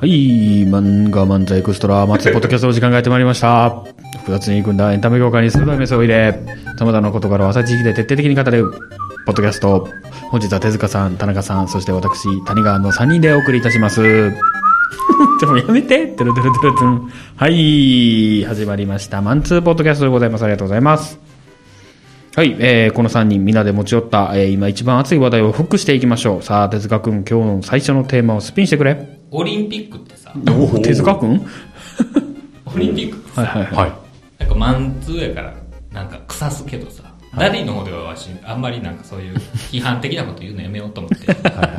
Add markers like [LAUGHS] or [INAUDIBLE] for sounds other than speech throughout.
はい、漫画漫才エクストラ、松ポッドキャストの時間がやってまいりました。複雑に組んだエンタメ業界に鋭い目線を入れ、様々なことから朝地域で徹底的に語る、ポッドキャスト。本日は手塚さん、田中さん、そして私、谷川の3人でお送りいたします。 [LAUGHS] でもやめててるてるてるてん。はい、始まりました。マンツーポッドキャストでございます。ありがとうございます。はい、えー、この3人みんなで持ち寄った、えー今一番熱い話題をフックしていきましょう。さあ、手塚くん、今日の最初のテーマをスピンしてくれ。オリンピックってさ、おお手塚くんオリンピックってはいさ、はいはい。はい。なんかマンツーやから、なんか腐すけどさ、ダディの方ではわし、あんまりなんかそういう批判的なこと言うのやめようと思って、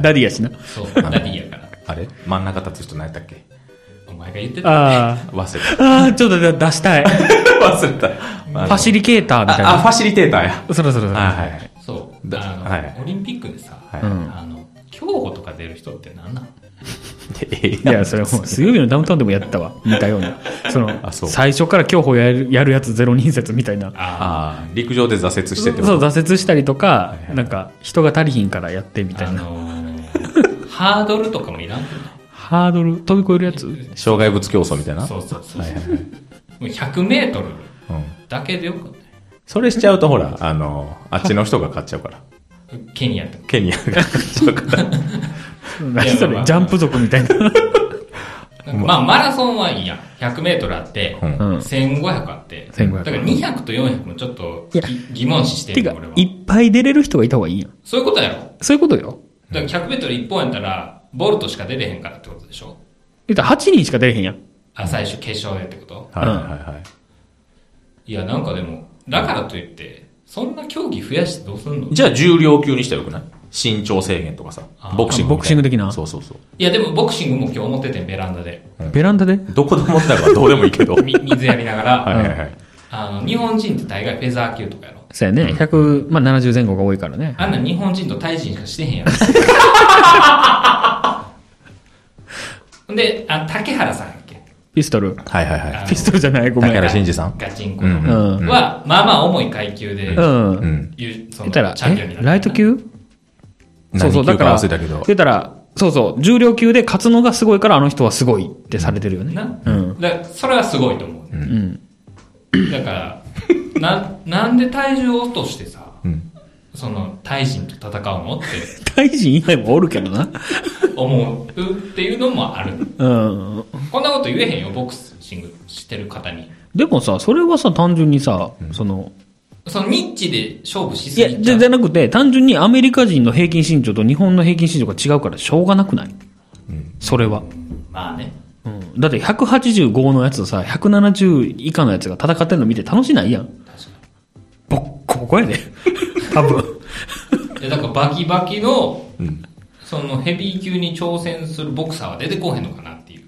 ダディやしな。そう、ダディやから、あれ真ん中立つ人何やったっけお前が言ってた。あ忘れあ。ああ、ちょっと出したい。 [LAUGHS] た。忘れた。ファシリケーターみたいあ、な。ファシリテーターや。そろそろそろ。はいはい。そう、だあの、はいオリンピックでさ、はいあの、競歩とか出る人って何なのいや、それもう、水曜日のダウンタウンでもやったわ。似たような。その、あそう最初から競歩やるやるやつゼロ人説みたいな。ああー陸上で挫折してってこそう、と挫折したりとかいは、いなんか、人が足りひんからやってみあ、たあいな。のーハードルとかもいらんくなハードル飛び越えるやつ障害物競争みたいないそうそうそう。もう100メートルうん。だけでよくなそれしちゃうとほら、あの、あっちの人が勝っちゃう [LAUGHS] から。いケニアとか。ケニアが勝っちゃうから。何 [LAUGHS] そいや [LAUGHS] まれあジャンプ族みたい [LAUGHS] な。まあ、マラソンはいいやん。100メートルあって、うんうん1500あって。 1500だから200と400もちょっといやぎ疑問視しててるか俺は、。いっぱい出れる人がいた方がいいやん。そういうことやろ。そういうことよ。だから100メートル1本やったら、ボルトしか出れへんからってことでしょ言ったら8人しか出れへんやん。あ、最終決勝でってことはいはいはい。いや、なんかでも、だからといって、そんな競技増やしてどうすんのいじゃあ重量級にしたらよくない身長制限とかさあ。ーボクシンあグみたいな。ボクシング的なそうそうそう。や、でもボクシングも今日思っててん、ベランダで。ベランダでどこで思ってたかどうでもいい [LAUGHS] けど。はいみ水やりながはら、いはい。あの、日本人って大概フェザー級とかやろ。そうやね。100、まあ70前後が多いからね。あんなん日本人とタイ人しかしてへんやろ。 [LAUGHS] で、あ、竹原さんやっけピストル。はいはいはい。ピストルじゃない、ごめ竹ん。原慎二さん。ガチンコうの。ん。うは、まあまあ重い階級で、うん。ううん。ん。ゆそ言のったら、チャンピオンになえライト級何級か忘れたけど。言ったら、そうそう、重量級で勝つのがすごいから、あの人はすごいってされてるよね。な、うん。だからそれはすごいと思う。うん。[LAUGHS] だから、な、なんで体重を落としてさ、うんその、タイ人と戦うのって大臣以外もおるけどな。思うっていうのもある。うん。こんなこと言えへんよ、ボクシングしてる方に。でもさ、それはさ、単純にさ、その、そのニッチで勝負しいすや、ぎちゃじうゃじゃなくて、単純にアメリカ人の平均身長と日本の平均身長が違うから、しょうがなくないそれは。まあね。うん。だって、185のやつとさ、170以下のやつが戦ってんの見て楽しないやん。ボッコボコやで。多分。いやだからバキバキの、うんそのヘビー級に挑戦するボクサーは出てこうへんのかなっていう。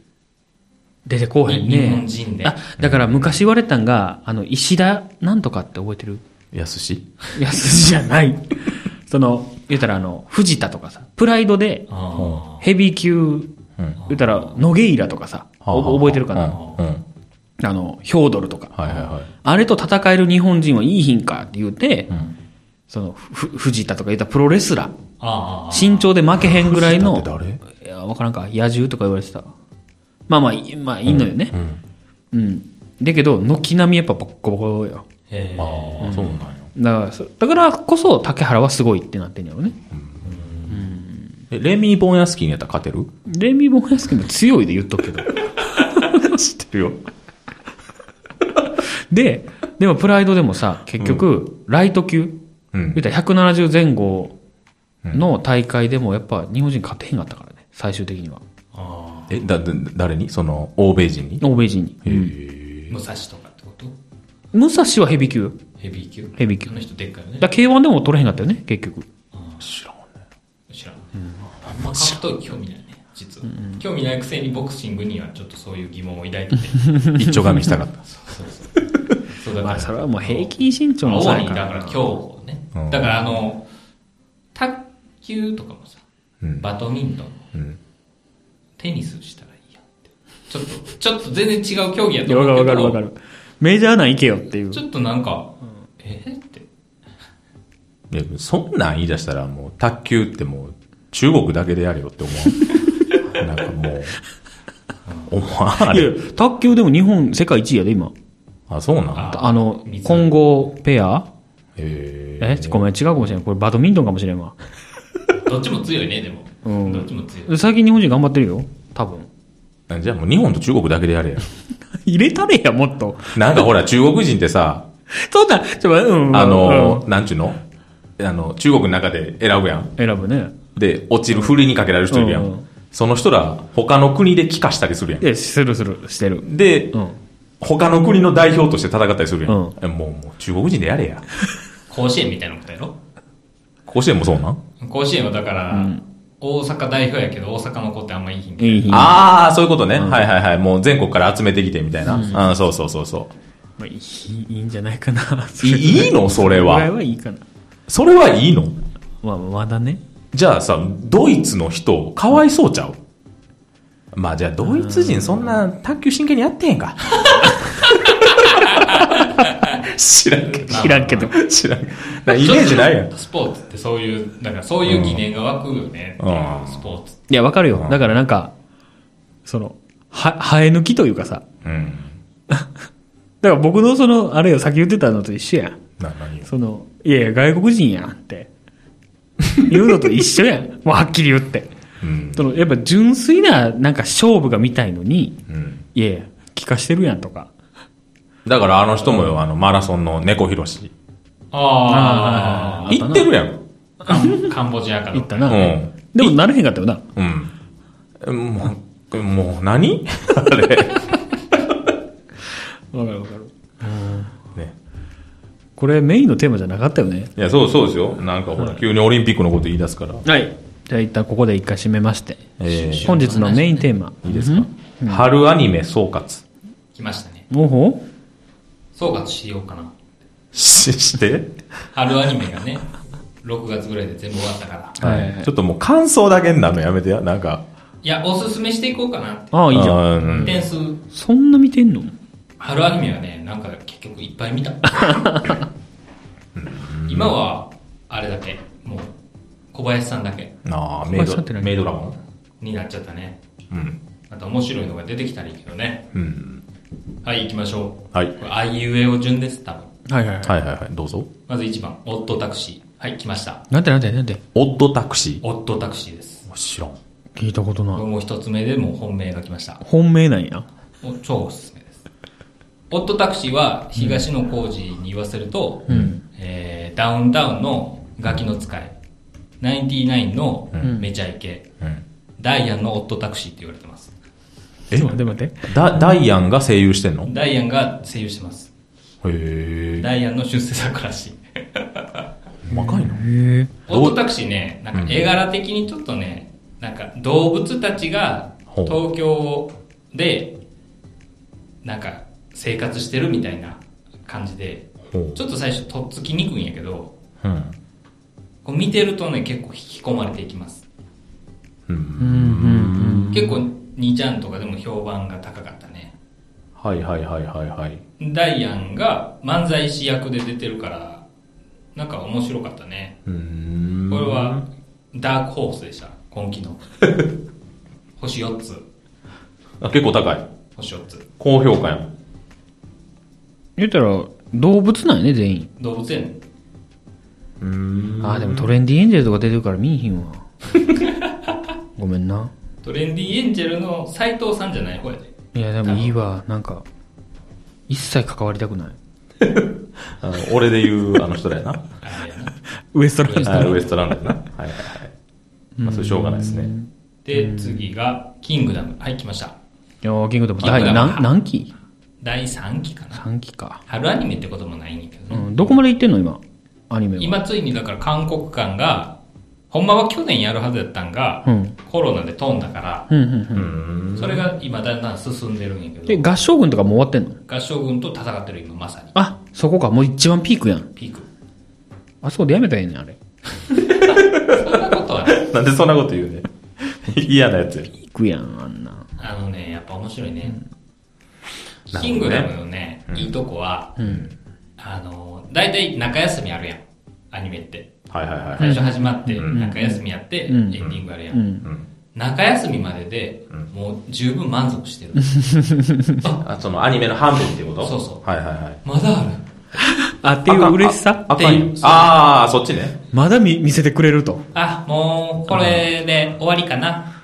出てこうへん日ね本。人で。あ、だから昔言われたんが、あの、石田なんとかって覚えてる安し安じゃない。その、言うたらあの、藤田とかさ、プライドで、あヘビー級、言うたら、ノゲイラとかさ、お覚えてるかな、うん。うんあの、ヒョードルとか。はいはいはい。あれと戦える日本人はいい品かって言うて、その、ふ藤田とか言ったらプロレスラー。あああ。身長で負けへんぐらいの、藤田っていや、わからんか、野獣とか言われてた。まあまあ、いまあ、いいのよね。うん。だけど、軒並みやっぱボッコボコよ。へえああ、そうなんや。だからそ、だからこそ竹原はすごいってなってんやろね。え、レミー・ボンヤスキーにやったら勝てるレミー・ボンヤスキも強いで言っとくけど。 [LAUGHS] 知ってるよ。 [LAUGHS] で、でもプライドでもさ、結局、ライト級、うん言ったら170前後の大会でもやっぱ日本人勝てへんかったからね、最終的には。あえ、だ、だ誰にその、欧米 [LAUGHS] 人に欧米人に。あ武蔵とかってこと武蔵はヘビー級。ヘビー級ヘビー級あの人でっかいよねだ。から K1 でも取れへんかったよね、結局。知らん。あんま格闘技興味ないね、実は。興味ないくせにボクシングにはちょっとそういう疑問を抱いてて。一丁髪したかった。そうそう。そうだまかあ、らそれはもう平均身長の主差やにかだらからな。競歩ね、うんだからあの卓球とかもさ、うんバドミントンも、うんテニスしたらいいやんってちょっとちょっと全然違う競技やいとやわかる思うわかけるどわかる。メジャーなん行けよっていうち。ょっとなんか、えーってでもそんなん言い出したらもう卓球ってもう中国だけでやれよって思 [LAUGHS] う。なんかもう、思わいやれ。卓球でも日本、世界一位やで、今。あ、そうなんあの水、混合ペアへえ、ごめん、違うかもしれない。これバドミントンかもしれんわ。どっちも強いね、でも。うんどっちも強い。最近日本人頑張ってるよ。多分。え。じゃあもう日本と中国だけでやれや。 [LAUGHS] 入れたれや、もっと。なんかほら、中国人ってさ、そんな、ちょ、うん。あうのん、、なんちゅうのあの、中国の中で選ぶやん。選ぶね。で、落ちる、振りにかけられる人いるや。うんうんその人ら、他の国で帰化したりするやいや、するする、してる。ん。でう、ん。他の国の代表として戦ったりするやん。うんえもう、もう中国人でやれや。甲子園みたいなことやろ甲子園もそうなん甲子園はだから、大阪代表やけど、大阪の子ってあんまいいひんいい日に。ああ、そういうことね。はいはいはい。もう全国から集めてきてみたいな。うん、そうそうそうそまあ、いいいいんじゃないかな。う。 [LAUGHS] いいいのそれぐらいは。はいいかな。それはいいのまあ、まだね。じゃあさ、ドイツの人、かわいそうちゃうまあじゃあ、ドイツ人そんな卓球真剣にやってへんか。知らんけまあ知らんけど。ど。知らん。なイメージないやん。スポーツってそういう、だからそういう疑念が湧くよね。うんスポーツ。いや、わかるよう。んだからなんか、その、は、生え抜きというかさ。うん。だから僕のその、あれよ、先言ってたのと一緒やん。な、何よその、いやいや、外国人やんって。 [LAUGHS] 言うのと一緒やん。もうはっきり言って。うん。その、やっぱ純粋な、なんか勝負が見たいのに、うん。いやいや、聞かしてるやんとか。だからあの人もよ、あの、マラソンの猫ひろし。ああー行ってるやん。あ、カンカンボジアか言らっ。たうな。ん。でもなれへんかったよな。うん。もう、もう [LAUGHS] 何あれ。わかるわかる。ね。これメインのテーマじゃなかったよね。いや、そうそうですよ。なんかほら、急にオリンピックのこと言い出すから。はい。じゃあ一旦ここで一回締めまして。え本日のメインテーマ。ー、いいですか、春アニメ総括。来ましたね。おほ総括しようかな。し、して、春アニメがね、6月ぐらいで全部終わったから。はいちょっともう感想だけになるのやめてや。なんか。いや、おすすめしていこうかなって。ああ、いいじゃん。ゃん点数、そんな見てんの春アニメはね、なんか結局いっぱい見た。今は、あれだけ、もう、小林さんだけああ、メイ小林さんってド、何メイドラゴンになっちゃったね。うん。また面白いのが出てきたらいいけどね。うん。はい、行きましょう。はいこれあいうえお順です、多分。はいはいはいはいはい、どうぞ。まず1番、オットタクシー。はい、来ました。い。なんてなんてなんて。オッドタクシオットタクシーです。ー。知らん。聞いたことこれない。もう一つ目でもう本命が来ました。本命なんや。お超おすすめです。オットタクシーは東野幸治に言わせると、えーダウンタウンのガキの使い、ナインティナインのめちゃイケ、うん。ダイアンのオットタクシーって言われてます。えちょっと待って待って。だ、ダイアンが声優してんのへダイアンが声優してます。え。ダイアンの出世作らしい。若いへのえ。オットタクシーね、なんか絵柄的にちょっとね、なんか動物たちがほう東京で、なんか生活してるみたいな感じで、ほう。ちょっと最初とっつきにくいんやけど、うん。こう見てるとね、結構引き込まれていきます。うん。うんうん結構、兄ちゃんとかでも評判が高かったね。はいはいはいはいはい。ダイアンが漫才師役で出てるから、なんか面白かったね。うーん。これは、ダークホースでした。今期 [LAUGHS] の。星4つ。あ結構高い。星4つ。高評価やん。言ったら、動物なんやね、全員。動物園。うーん。ああ、でもトレンディエンジェルとか出てるから見えひんわ。 [LAUGHS] ごめんな。トレンディエンジェルの斎藤さんじゃない方やで。いや、でもいいわ。なんか、一切関わりたくない。あの俺で言うあの人だよな。あれやな。ウエストランドあウエストランドやな。はいはいはい。まあ、それしょうがないですね。で、次が、キングダム。はい、来ました。いやーキングダム。キングダ第ム何何期第3期かな。 ?3 期か。春アニメってこともないんやけどね。うん。どこまで行ってんの、今。アニメは。今ついにだから韓国館が、ほんまは去年やるはずやったんが、うんコロナで飛んだから、うんうんうん。うん。それが今だんだん進んでるんやけで、ど、合唱軍とかもう終わってんの合唱軍と戦ってる今まさに、あ、そこか。もう一番ピークやん。ピーク。あそこでやめたらええねん、あれ。そんなことはない。なんでそんなこと言うね。嫌なやつや。ピークやん、あんな。あのね、やっぱ面白いね。なるほどねキングダムのね、いいとこは、あの、だいたい中休みあるやん、アニメって。はいはいはい。最初始まって、うん中休みやって、うんエンディングあるや。うんん。うん中休みまででん、もう十分満足してる。あ、あ、そのアニメの半分ってことそうそうはいはいはい。まだある。あ、っていう嬉しさああかんよっていうあー、そっちね。まだ見見せてくれると。あ、もう、これで終わりかな、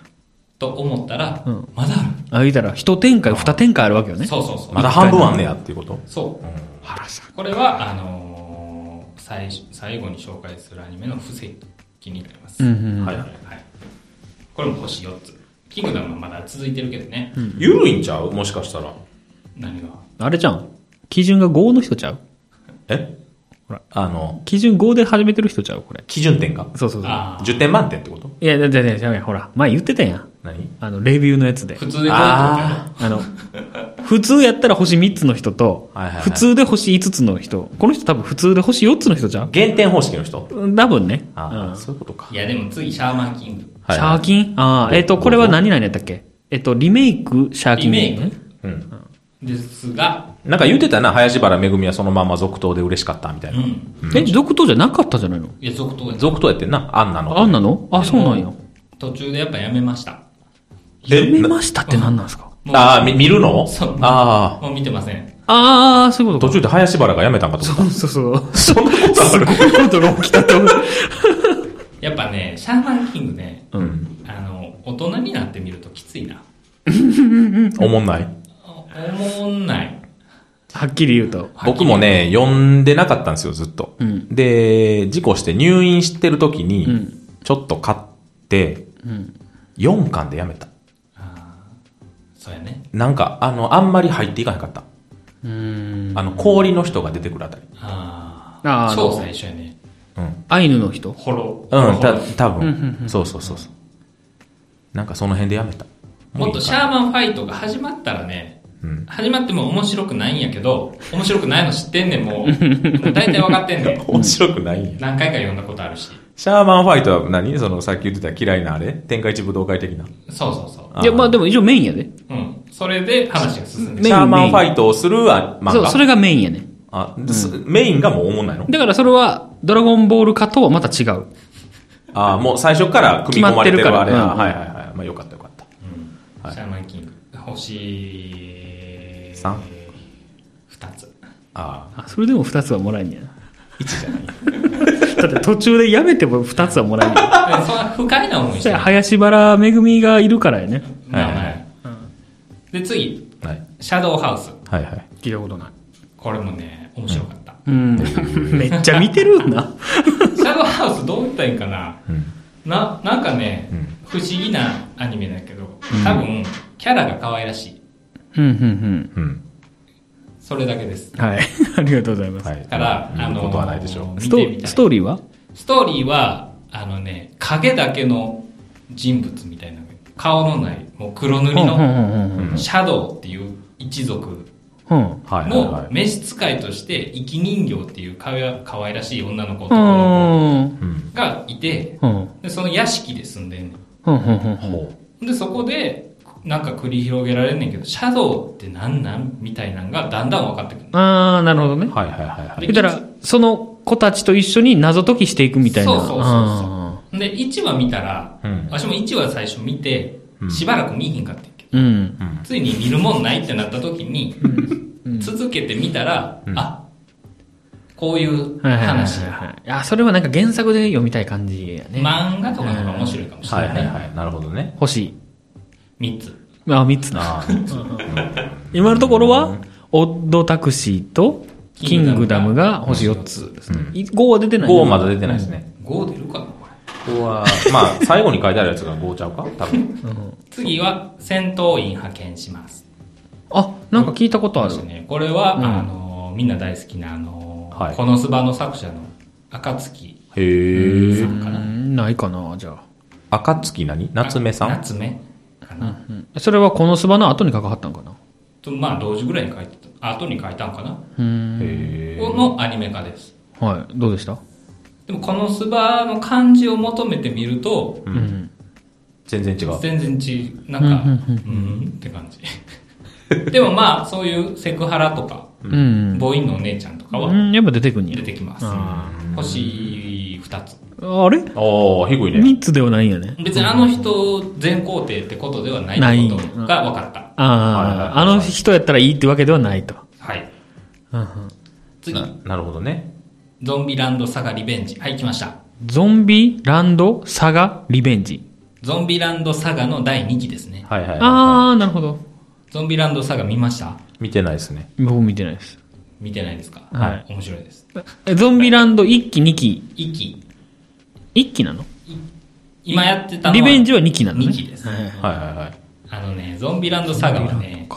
と思ったらうん、まだああ、言うたら、一展開、二展開あるわけよる。ね。そうそうそうま。だ半分あんねやっていうことそう。原さん。これは、あのー最初、最後に紹介するアニメの布石になります。うんうんうん。はいはい。はい。これも星4つ。キングダムはまだ続いてるけどね。ゆるいんちゃうもしかしたら。何があれじゃん。基準が5の人ちゃうえほらあの、基準5で始めてる人ちゃうこれ。基準点がそうそうそう。あー ?10 点満点ってこといや、だだだだほら、前言ってたやん。何あの、レビューのやつで普。通でこうやってあ [LAUGHS] の、普通やったら星3つの人とはいはいは、い普通で星5つの人。この人多分普通で星4つの人ちゃう減点方式の人うん多分ね。あうあ、んそういうことか。いや、でも次、シャーマンキング。シャーキンああ、えっと、これは何々やったっけえっと、リメイク、シャーキン。リメイうん。ですが、なんか言ってたな、林原めぐみはそのまま続投で嬉しかったみたいうな。ん。え、続投じゃなかったじゃないのいや、続投や続投やってんな、あんなの。あんなのあ、そうなんや。途中でやっぱやめました。やめなましたって何なんですかもうああ、み見るのそうあもう見てません。ああ、そういうあ、ことか。途中で林原が辞めたんかと思っそうそう。た。そんなことあるこういうことが起きた [LAUGHS] と思う。やっぱね、シャーマンキングね、うん。あの、大人になってみるときついな。おもんない。おもんない。はっきり言うと。僕もね、読んでなかったんですよ、ずっと。うんで、事故して入院してる時に、うんちょっと買って、うん。 4巻でやめた。あーそうやね。なんか、あの、あんまり入っていかなかった。うん。あの、氷の人が出てくるあたり。ああーあ、あの超最初やね。うん。アイヌの人ホロ。うん、ホたロ、多分そうそうそうそう。なんかその辺でやめた。もっとシャーーマンファイトが始まったらね、うん始まっても面白くないんやけど、面白くないの知ってんねん、もう。もう [LAUGHS] 大体分かってんねん。面白くないんや。何回か読んだことあるし。シャーマンファイトは何その、さっき言ってた嫌いなあれ天下一武道会的な。そうそうそあーいや、まあでも一応メインやで。う。うん。それで話が進んでメインシャーマンファイトをするあ漫画。そう、それがメインやね。あ、すメインがもうおもんないのだからそれは、ドラゴンボール化とはまた違う。ああ、もう最初から組み込まれてる決まあってれるからな。うんはいはいはい。まあよかったよかった。うんシャーマンキング。星、三二つ。 [LAUGHS] ああ、それでも2つはもらえんやな。あ、1じゃ [LAUGHS] ない。だって途中でやめても2つはもらえんやん。でそんな不快な思いしそてれる。林原めぐみがいるからやね。まあまあはいで、次、はい。シャドウハウス。はいはい。聞いたことない。これもね、面白かった。うん。 [LAUGHS] めっちゃ見てるな。シャドウハウスどう言ったらいいんかなうん。な、なんかね、うん不思議なアニメだけど、多分、キャラが可愛らしい。うん、うん、うん。それだけです。うん。はい。 [LAUGHS] ありがとうございます。はい。だから、あ見のることはないでしょう。見ストてみたい。ストーリーはストーリーは、あのね、影だけの人物みたいな。顔のない、もう黒塗りうんの、うんうんシャドウっていう一族うんうん。はいはいはのい。召使いとして、生き人形っていうかわ可愛らしい女の子う男のん。うん。子がいて、うん。うん。でその屋敷で住んでんねん。うん。うん。ほで、そこで、なんか繰り広げられんねんけど、シャドウってなんなんみたいなんがだんだん分かってくる。あー、なるほどねう。。はいはいはいはい。言ったら、その子たちと一緒に謎解きしていくみたいな。そうそうそうそうあで、1話見たら、うん。私も1話最初見て、うんしばらく見ひんかったんやけど、ーうん。ついに見るもんないってなった時に、うん続けてみたら、うんあ、こういうはいはいはい話や。はい。あ、それはなんか原作で読みたい感じやね。漫画とかの方が面白いかもしれはないい、ねはいはい。なるほどね。星。 3つ。あ、三つな。ああ、今のところは、オッドタクシーと、キングダムが星四つですね。い5は出てない。 5まだ出てないですね。 5出るかな、これ。 5は、 [LAUGHS] まあ、最後に書いてあるやつが5ちゃうか多分。次は、戦闘員派遣します。あ、なんか聞いたことあるそ。うですねこれは、うんあのみんな大好きな、あのはいこのスバの作者の暁さへえ。んかうな。んないかな、じゃあ。暁何夏目さん夏目かな。うんそれはこのスバの後にかかったんかな。と、まあ、同時ぐらいに書いてた、後に書いたんかな。うん。へこのアニメ化です。はい。どうでしたでも、このスバの漢字を求めてみると、う。うん全然違う。全然ち、なんか、ううんん、って感じ。 [LAUGHS] でもまあ、そういうセクハラとか、うん。ボーインのお姉ちゃんとかうはん、やっぱ出てくんや出。てきます。あ星2 2つ。あれああ、低いね。三つではないんやね。別にあの人全工程ってことではないってことが分かった。ああ、あの人やったらいいってわけではないと。はい。うんうん次、ななるほどね。ゾンビランドサガリベンジ。はい、来ました。ゾンビ、ランド、サガ、リベンジ。ゾンビランドサガの第2期ですね。はいはいはい、ああ、なるほど。ゾンビランドサガ見ました見てないですね。僕見てないです。見てないですかはい面白いです。えゾンビランド1期、2期。 1期。 1期なの今やってたのはリベンジは2期なのね。二期ですはいはいはいはいはい。あのね、ゾンビランドサガはね、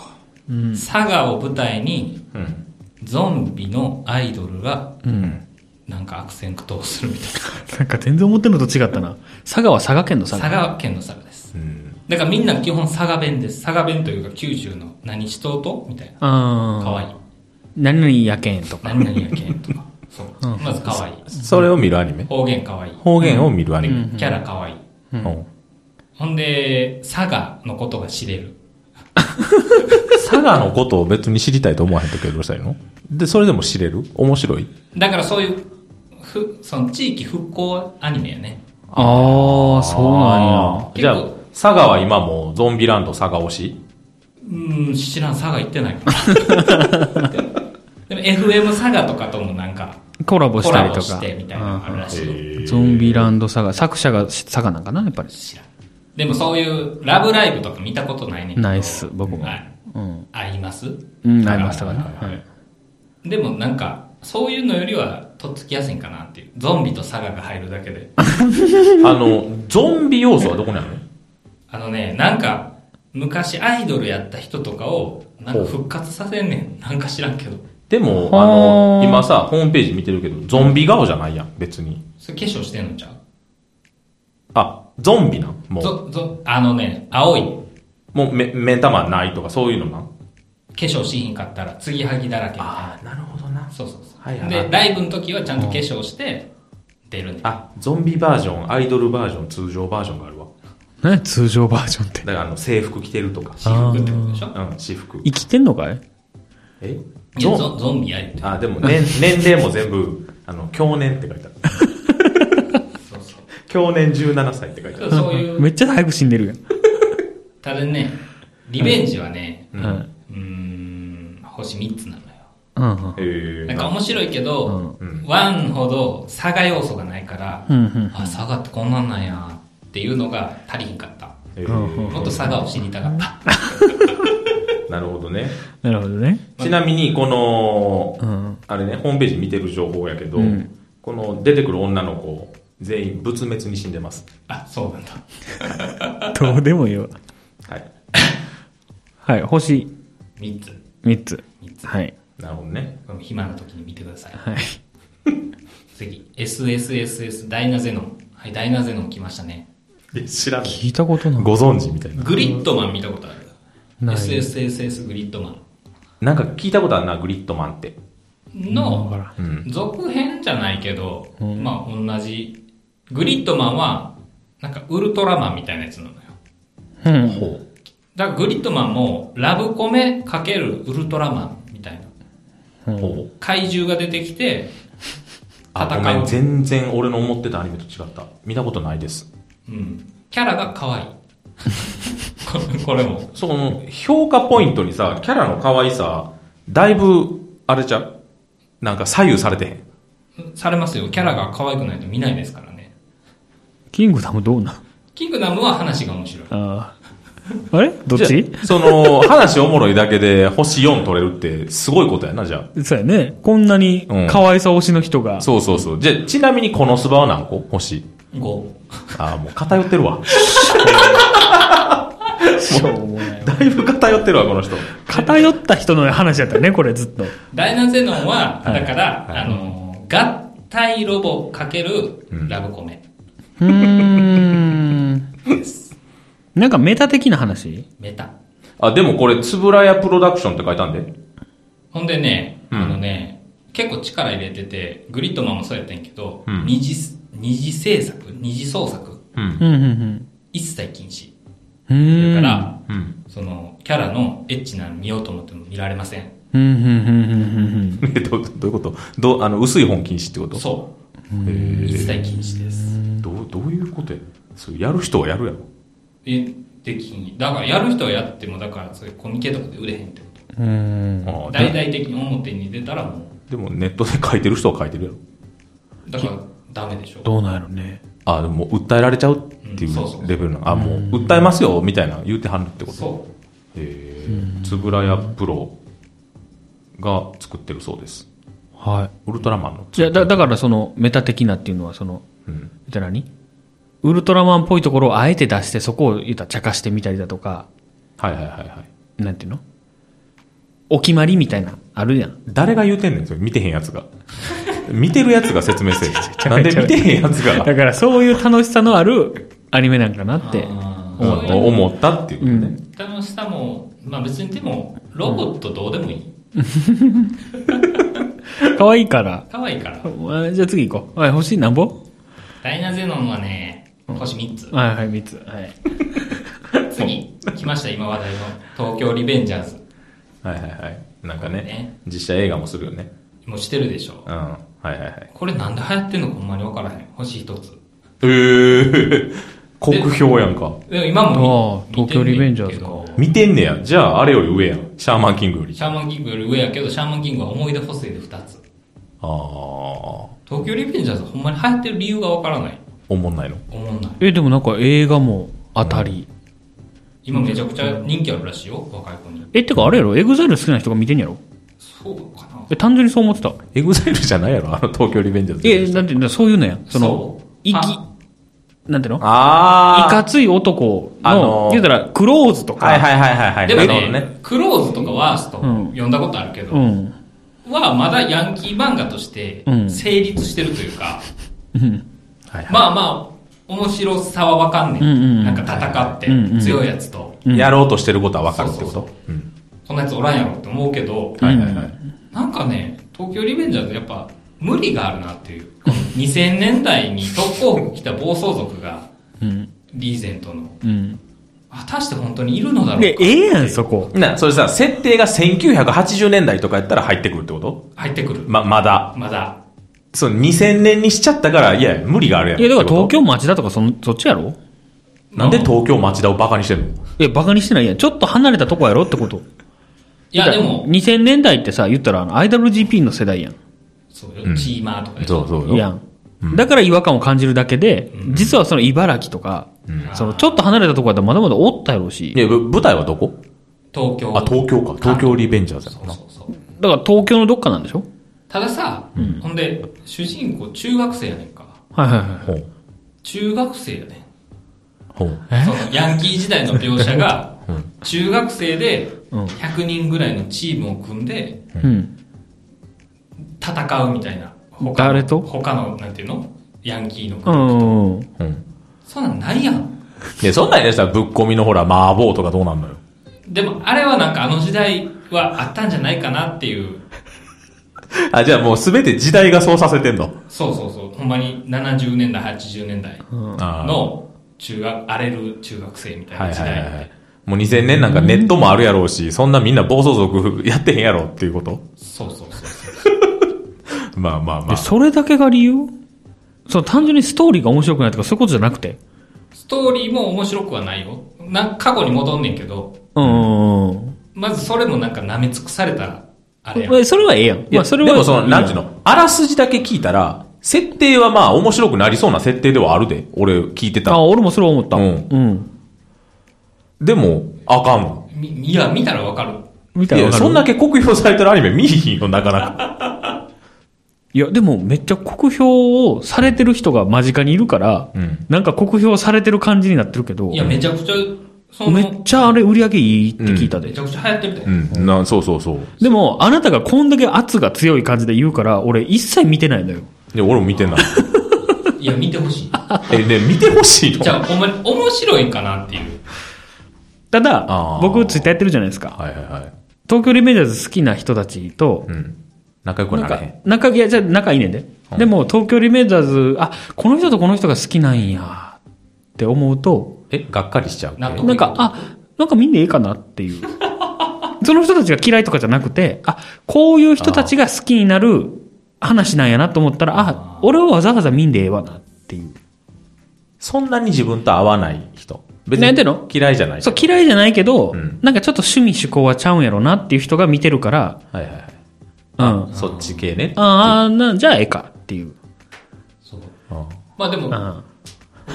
サガを舞台に、うん。ゾンビのアイドルが、うん。なんか悪戦苦闘するみたいなんか全然思ってるのと違ったな。佐賀は佐賀県のな。佐佐賀。賀県のサガです。うん。だからみんな基本佐賀弁です。佐賀弁というか九州の何しとうとみたいな。あかわいい。い。何々やけんとか。何々やけんとか。そう。まずかわいい。それを見るアニメ方言かわいい。方言を見るアニメ。キャラかわいい。うんほんで、佐賀のことが知れる。佐賀のことを別に知りたいと思わへんときはどうしたらいいので、それでも知れる面白いだからそういう、ふ、その地域復興アニメやね。ああ、そうなんや。じゃあ結構、佐賀は今もうゾンビランド佐賀推しうーん、知らん、佐賀行っ [LAUGHS] てないからでも FM 佐賀とかともなんか、コラボしコたラりボとしか。てみたいなのあるらしいよ。ゾンビランド佐賀。作者が佐賀なんかなやっぱり。知らん。でもそういう、ラブライブとか見たことないねんけどないっす僕もはい。うん。ありますうん、ありましたかはらいね。はいはいでもなんか、そういうのよりは、とっつきやすいんかなっていう。ゾンビと佐賀が入るだけで。あの、ゾンビ要素はどこにあるのあのね、なんか、昔アイドルやった人とかを、なんか復活させんねん。なんか知らんけど。でも、はーあの、今さ、ホームページ見てるけど、ゾンビ顔じゃないやん、別に。それ化粧してんのちゃうあ、ゾンビなんもう、ぞ、ぞ、あのね、青い。もう目、目玉ないとかそういうのなん化粧しひんかったら、継ぎはぎだらけみたいな。あ、なるほどな。そうそうそう。はいはいはいで、ライブの時はちゃんと化粧して、出るねん。あ、ゾンビバージョン、アイドルバージョン、通常バージョンがあるわ。何通常バージョンってだ。から、あの、制服着てるとか。私服ってことでしょうん、私服。生きてんのかいえいやゾゾンビやりあ、でも、年、年齢も全部、あの、去年って書いてある。そうそう。去年17歳って書いてある。そういうめっちゃ早く死んでるやん。ただね、リベンジはね、ううんん。うーん、星3つなのよ。うんうん。えーなんか面白いけど、うんうんワンほど佐賀要素がないから、うんうん。あ、佐賀ってこんなんなんやっていうのが足りひんかった。えうんーもっと佐賀を知りたかった。なるほどね。なるほどね。ちなみに、この、うん。あれね、ホームページ見てる情報やけど、うんこの出てくる女の子、全員仏滅に死んでます。あ、そうなんだ。どうでもいいわ。はい。はい、星3つ。 3つ。三つはい。なるほどね。これも暇な時に見てください。はい。次、SSSS ダイナゼノン。はい、ダイナゼノン来ましたね。え知らん。聞いたことない。ご存知みたいな。グリッドマン見たことあるない ?SSSS グリッドマなんか聞いたことあるな、グリッドマンって。ンのわかうん。続編じゃないけど、まあ同じ。グリッドマンは、なんかウルトラマンみたいなやつなのよ。らん。うん。ほう。だからグリッドマンも、ラブコメかけるウルトラマンみたいな。ほう。怪獣が出てきて、あ、戦うごめん、全然俺の思ってたアニメと違った。見たことないです。うん。キャラが可愛い。 [LAUGHS] これこれも。その、評価ポイントにさ、キャラの可愛さ、だいぶ、あれちゃうなんか左右されてへん。されますよ。キャラが可愛くないと見ないですからね。キングダムどうなんキングダムは話が面白い。ああ。あれどっちじゃあその、話おもろいだけで星4取れるって、すごいことやな、じゃあ。そうやね。こんなにうん可愛さ推しの人が。そうそうそう。じゃあ、ちなみにこのスバは何個星。 5。ああ、もう偏ってるわ。しょうもない [LAUGHS] だいぶ偏ってるわ、この人。偏った人の話やったよね、これずっと。ダイナゼノンは、はいだから、はいあの、合体ロボかけるラブコメ。うーん。なんかメタ的な話メタ。あ、でもこれ、つぶらやプロダクションって書いたんで。ほんでね、うんあのね、結構力入れてて、グリッドマンもそうやったんやけど、うん二次、二次制作二次創作うん。うん、うん、一切禁止。うん。うーん。だか、ら、うん。 [LAUGHS] その、キャラのエッチなの見ようと思っても見られません。うん、うん、うん、うん、うん。え、ど、どういうことどう、あの、薄い本禁止ってことそう。一切禁止です。どうどういうことやそうやる人はやるやろえ、できんだから、やる人はやっても、だから、そういうコミケとかで売れへんってこうん。あと。あ大で々的に表に出たらもでもネットで書いてる人は書いてるやろう、だから、ダメでしょ。どうなんやろね。ああでももう訴えられちゃうっていうんそうそうそううレベルなのあもう訴えますよみたいな言うてはんってことそえー、つぶらやプロが作ってるそうですはウルトラマンのい。じゃあだ、だからその、メタ的なっていうのは、その、うん、じゃあ何ウルトラマンっぽいところをあえて出して、そこを言ったら茶化してみたりだとか、はいはいはいはいなんていうのお決まりみたいな、あるやん。誰が言うてんねんそれ見てへんやつが見てるやつが説明せえなんで見てへんやつだがからそういう楽しさのあるアニメなんかなって。あーうんと思ったっていうことね、う。楽しさも、まあ別にでも、ロボットどうでもいい。可愛いから。可愛いから。あじゃあ次行こう。はい、欲しいなんぼダイナゼノンはね、星3つ。はいはい、3つ。はい。次、来ました、今話題の。東京リベンジャーズ。はいはいはいなんかねね実写映画もするよねもうしてるでしょう。んはいはいはいこれなんで流行ってんのかほんまにわからへん。星1つ。えー、酷評やんかでも今あもあ見東京リベンジャーズか見てんねんけど見てんねやじゃああれより上やんシャーマンキングよりシャーマンキングより上やけど、シャーマンキングは思い出補正で2つ。ああお東京リベンジャーズほんまに流行ってる理由がわからない。もんないの思んない。え、でもなんか映画も当たり。今めちゃくちゃ人気あるらしいよ、若い子に。え、ってかあれやろエグザイル好きな人が見てんやろそうかな。え、単純にそう思ってた。エグザイルじゃないやろあの東京リベンジャーズえ、なんていうの、そういうのやん。そのそう、いきあ、なんていうのあいかつい男の、あのー言うたら、クローズとか、はいはいはいはいはいでもなるほどね、クローズとかワースト、うん読んだことあるけど、うん。はまだヤンキー漫画としてうん成立してるというか、うん。はいはいまあまあ、面白さはわかんねん。うんうんうんなんか戦って、うんうん強いやつと、うんやろうとしてることはわかるってこそうとそううんこんなやつおらんやろって思うけど、はいはいはいなんかね、東京リベンジャーズやっぱ無理があるなっていう。この2000年代に特攻服着た暴走族が、うん。リーゼントの、うん。果たして本当にいるのだろうか。で、ええやん、そこ。なそれさ設定が1980年代とかやったら入ってくるってこと入ってくる。ままだまだ。その2000年にしちゃったからいや無理があるやんいや、だからってこと東京町田とかその、そっちやろなんで東京町田をバカにしてんのいや、バカにしてないやん。ちょっと離れたとこやろってこと。いや、でも、 2000年代ってさ、言ったら、あの IWGP の世代やん。そううよ、んチーマーとかでそうそうよやん。だから違和感を感じるだけで、実はその茨城とか、そのちょっと離れたところだったらまだまだおったやろうしい、やぶ舞台はどこ東京。あ東京か東京リベンジャーズやそもうんなそうそう。だから東京のどっかなんでしょたださ、ほんで、主人公中学生やねんか。はいはいはほう中学生やねほうえん。そのヤンキー時代の描写 [LAUGHS] が、中学生でうん100人ぐらいのチームを組んでい。うん。戦うみたいな。他の誰と他の、なんていうのヤンキーの子。うん。うんうんそんなんないやん。いやそんなんやしたらぶっ込みのほら麻婆とかどうなんのよでも、あれはなんかあの時代はあったんじゃないかなっていう。あじゃあもう全て時代がそうさせてんのそうそうそう。ほんまに70年代、80年代あーの中学、荒れる中学生みたいはない時はい代。はいはい。もう2000年なんかネットもあるやろうし、そんなみんな暴走族やってへんやろっていうことそうそうそうそう。まあまあまえあ。それだけが理由その単純にストーリーが面白くないとかそういうことじゃなくて。ストーリーも面白くはないよ。な、過去に戻んねんけど、うん。うんまずそれもなんか舐め尽くされた、あれやん。えそれはええやん。いいや、それは。でもその、いいなやんていうの、あらすじだけ聞いたら、設定はまあ面白くなりそうな設定ではあるで。俺聞いてたあ、。俺もそれは思った。うんうん。でも、あかんの。みいや、見たらわかる。見たいらわかや、るそんだけ酷評されてるアニメ見ひひんよ、なかなか。いや、でもめっちゃ酷評をされてる人が間近にいるから、うんなんか酷評されてる感じになってるけど、いや、めちゃくちゃ、その、めっちゃあれ売り上げいいって聞いたで。めちゃくちゃ流行ってるで。うん、な、そうそうそう。でも、あなたがこんだけ圧が強い感じで言うから、俺一切見てないのよ。いや、俺も見てない。 [LAUGHS] いや、見てほしい。え、ね、見てほしいのじゃあ、ほんまに面白いんかなっていう。ただあ、ー僕ツイッターやってるじゃないですか。はいはいはい。東京リベンジャーズ好きな人たちと、うん。仲良くはななんれかへん。、仲、いや、じゃあ仲いいねんで。でも、東京リベンジャーズ、あ、この人とこの人が好きなんや、って思うと、え、がっかりしちゃう。納得なんか、あ、なんか見んでいいかなっていう。その人たちが嫌いとかじゃなくて、あ、こういう人たちが好きになる話なんやなと思ったら、あ、俺はわざわざ見んでええわなっていう。そんなに自分と合わない人。別なんていうのに嫌いじゃない。そう、嫌いじゃないけど、んなんかちょっと趣味嗜好はちゃうんやろなっていう人が見てるから、はいはいはい。うん。そっち系ね。ああ、な、じゃあええかっていう。そう。うんまあでも、うん。あ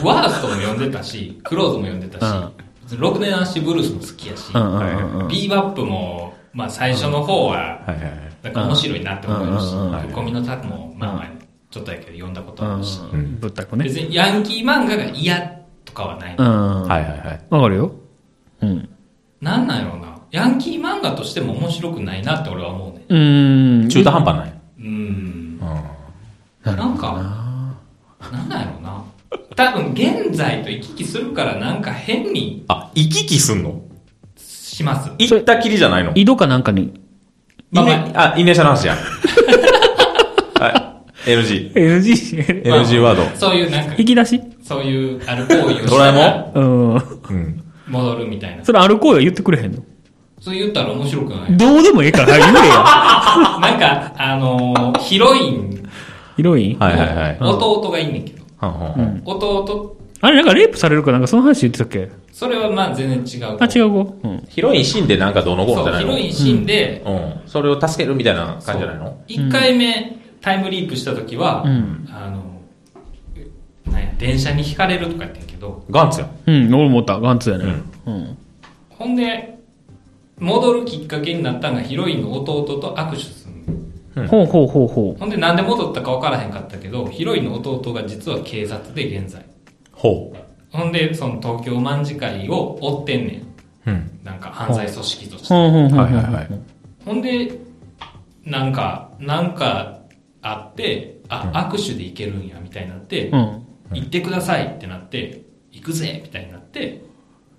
ワーストも読んでたし、クローズも読んでたうんし、6年足ブルースも好きやし、うんうんうんうんビーバップも、まあ最初の方は、はいはいはい。なんか面白いなって思いましうんうんうんうんたし、ゴミのタクも、まあまあ、ちょっとだけど読んだことあるし、あ、ぶったくね。別にヤンキー漫画が嫌とかはない。うん。はわいはいはい。かるよ。うん。なんなんやろうな。ヤンキー漫画としても面白くないなって俺は思うね。うーん。中途半端ない。うん。うなんか、なんなんやろうな。多分現在と行き来するからなんか変にん。あ、行き来すんのします。行ったきりじゃないの井戸かなんかに。まあまあイネあ、イネシャの話やん。 [LAUGHS] はい。NG。 NG? NG ワーそういうなんか [LAUGHS] 引、き出しそういうある行為をド。ドラえもうん。んうん。ん戻るみたいな。それ歩こうよ言ってくれへんのそう言ったら面白くない。どうでもええから、早く言え [LAUGHS] よ。なんか、あのーヒロイン、ヒロインはいはいはい。弟がいんねんけど、はんはんはん弟、あれ、なんかレイプされるかなんかその話言ってたっけそれはまあ全然違う。あ、違う子うん。ヒロイン死んでなんかどうのこうのじそう、ゃなヒいロイン死んで、のうん。それを助けるみたいな感じじゃないの1回目タイムリープした時は、うんあの、なんや、電車にひかれるとか言ってんけど、ガンツやん。うん、俺も思った。ガンツやね。うん。ほんで、戻るきっかけになったんがヒロインの弟と握手するのほうほうほうほほんでなんで戻ったか分からへんかったけど、ヒロインの弟が実は警察で現在。ほほんで、その東京卍会を追ってんねう。うん。ん。なんか犯罪組織としう。て。ほうほうほう。はいはいはい。ほんで、なんか、なんかあって、あ、握手で行けるんや、みたいになって、うん。行ってくださいってなって、行くぜみたいになって、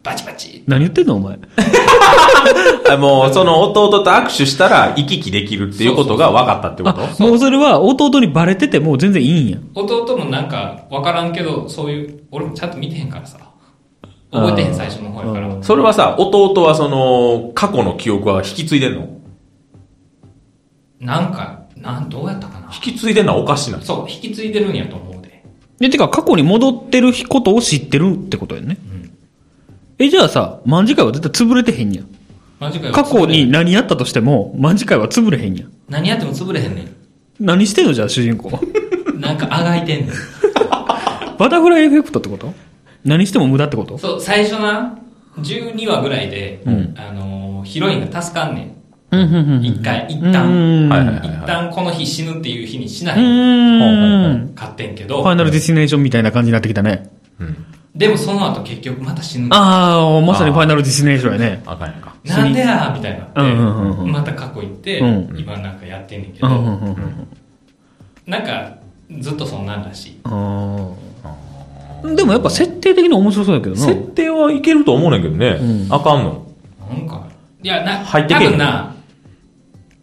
バチバチ何言ってんのお前。 [LAUGHS] あもう、その弟と握手したら行き来できるっていうことが分かったってことあ、もうそれは弟にバレててもう全然いいんや。弟もなんか分からんけど、そういう、俺もちゃんと見てへんからさ。覚えてへん最初の方やかあらー。それはさ、弟はその、過去の記憶は引き継いでんのなんか、なん、どうやったかな。引き継いでんのはおかしない。そう、引き継いでるんやと思うで。で、てか過去に戻ってることを知ってるってことやね。んえ、じゃあさ、万次会は絶対潰れてへんやん。マジかよ。過去に。何やったとしても、万次会は潰れへんやん。何やっても潰れへんね何してんのじゃあ主 [LAUGHS] 人公は。ん。なんかあがいてんねん。バタフライエフェクトってこと何しても無駄ってことそう、最初な、12話ぐらいで、うんあのーヒロインが助かんねん。うん、うん、うん。一回、一旦、うん。。はいはいいはい一は旦この日死ぬっていう日にしなうい。ーん。買ってんけフどァ、イナルディスティネーションみたいな感じになってきたね。い。うん。でもその後結局また死ぬ。ああ、まさにファイナルディスティネーションやね。あかんやんか。なんでやみたいになって、うんうんうんうんまた過去行って、うん今なんかやってんねんけうど、んうんうんうんなんかずっとそんなんらしい。あー。でもやっぱ設定的に面白そうやけどな。設定はいけると思うねんけどね。うんあかんの。なんか、いや、な、入ってけへん多分な、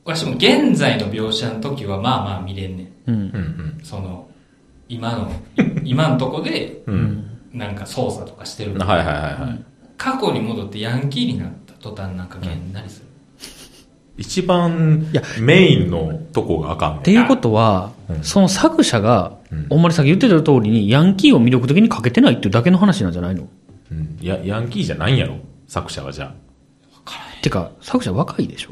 わしも現在の描写の時はまあまあ見れんねん。うん。うんうん。その、今 [LAUGHS] の、今のとこで、うん。なんか操作とかしてる。はいはいはいはい。過去に戻ってヤンキーになった途端なんかげんなりする。一番メインのとこがあかんっねていうことはう、んその作者がうん、お前さっき言ってた通りに、ヤンキーを魅力的に欠けてないっていうだけの話なんじゃないのん。うん。や、ヤンキーじゃないんやろ作者はじゃあ。てか、作者若いでしょ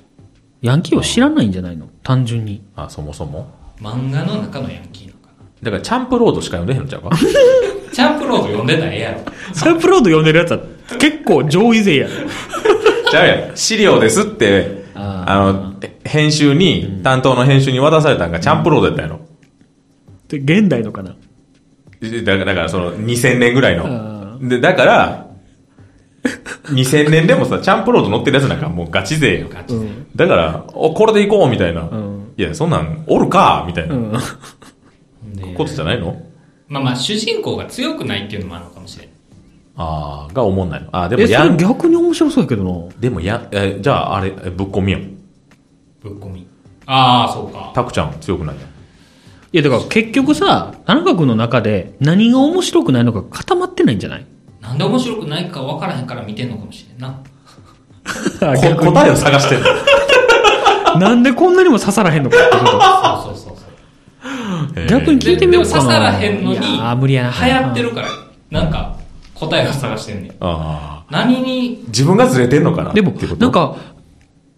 ヤンキーを知らないんじゃないの単純に。あ、そもそも。漫画の中のヤンキーなのかだから、チャンプロードしか読んでへんのちゃう [LAUGHS] かな。チャンプロード読んでたらええやろ。サイプロード読んでるやつは結構上位勢や。ちゃうやん。資料ですって、ああの、え編集に、担当の編集に渡されたんがチャンプロードやったんやろ。で現代のかなえだから、だからその、2000年ぐらいあの。で、だから、2000年でもさ、チャンプロード乗ってるやつなんかもうガチ勢よ。ガチで。だから、お、これで行こうみたいな。んいや、そんなん、おるかみたいなうん。でことじゃないのまあまあ、主人公が強くないっていうのもあるのかもしれん。ああ、が思んないの。あーでもえ、そやれん、逆に面白そうやけどな。でもや、えじゃあ、あれ、えぶっこみやん。ぶっ込み。ああ、そうか。たくちゃん強くないやん。いや、だから結局さ、田中君の中で何が面白くないのか固まってないんじゃないなんで面白くないか分からへんから見てんのかもしれんな。あこ逆に答えを探してる。なんでこんなにも刺さらへんのかってこと。そうそうそうそう。え [LAUGHS] ー逆に聞いてみようかな。ででも刺さらへんのにいやー無理やな。流行ってるから、なんか、答えを探してんねん。ああ。何に、自分がずれてんのかなでもってこ、となん、か、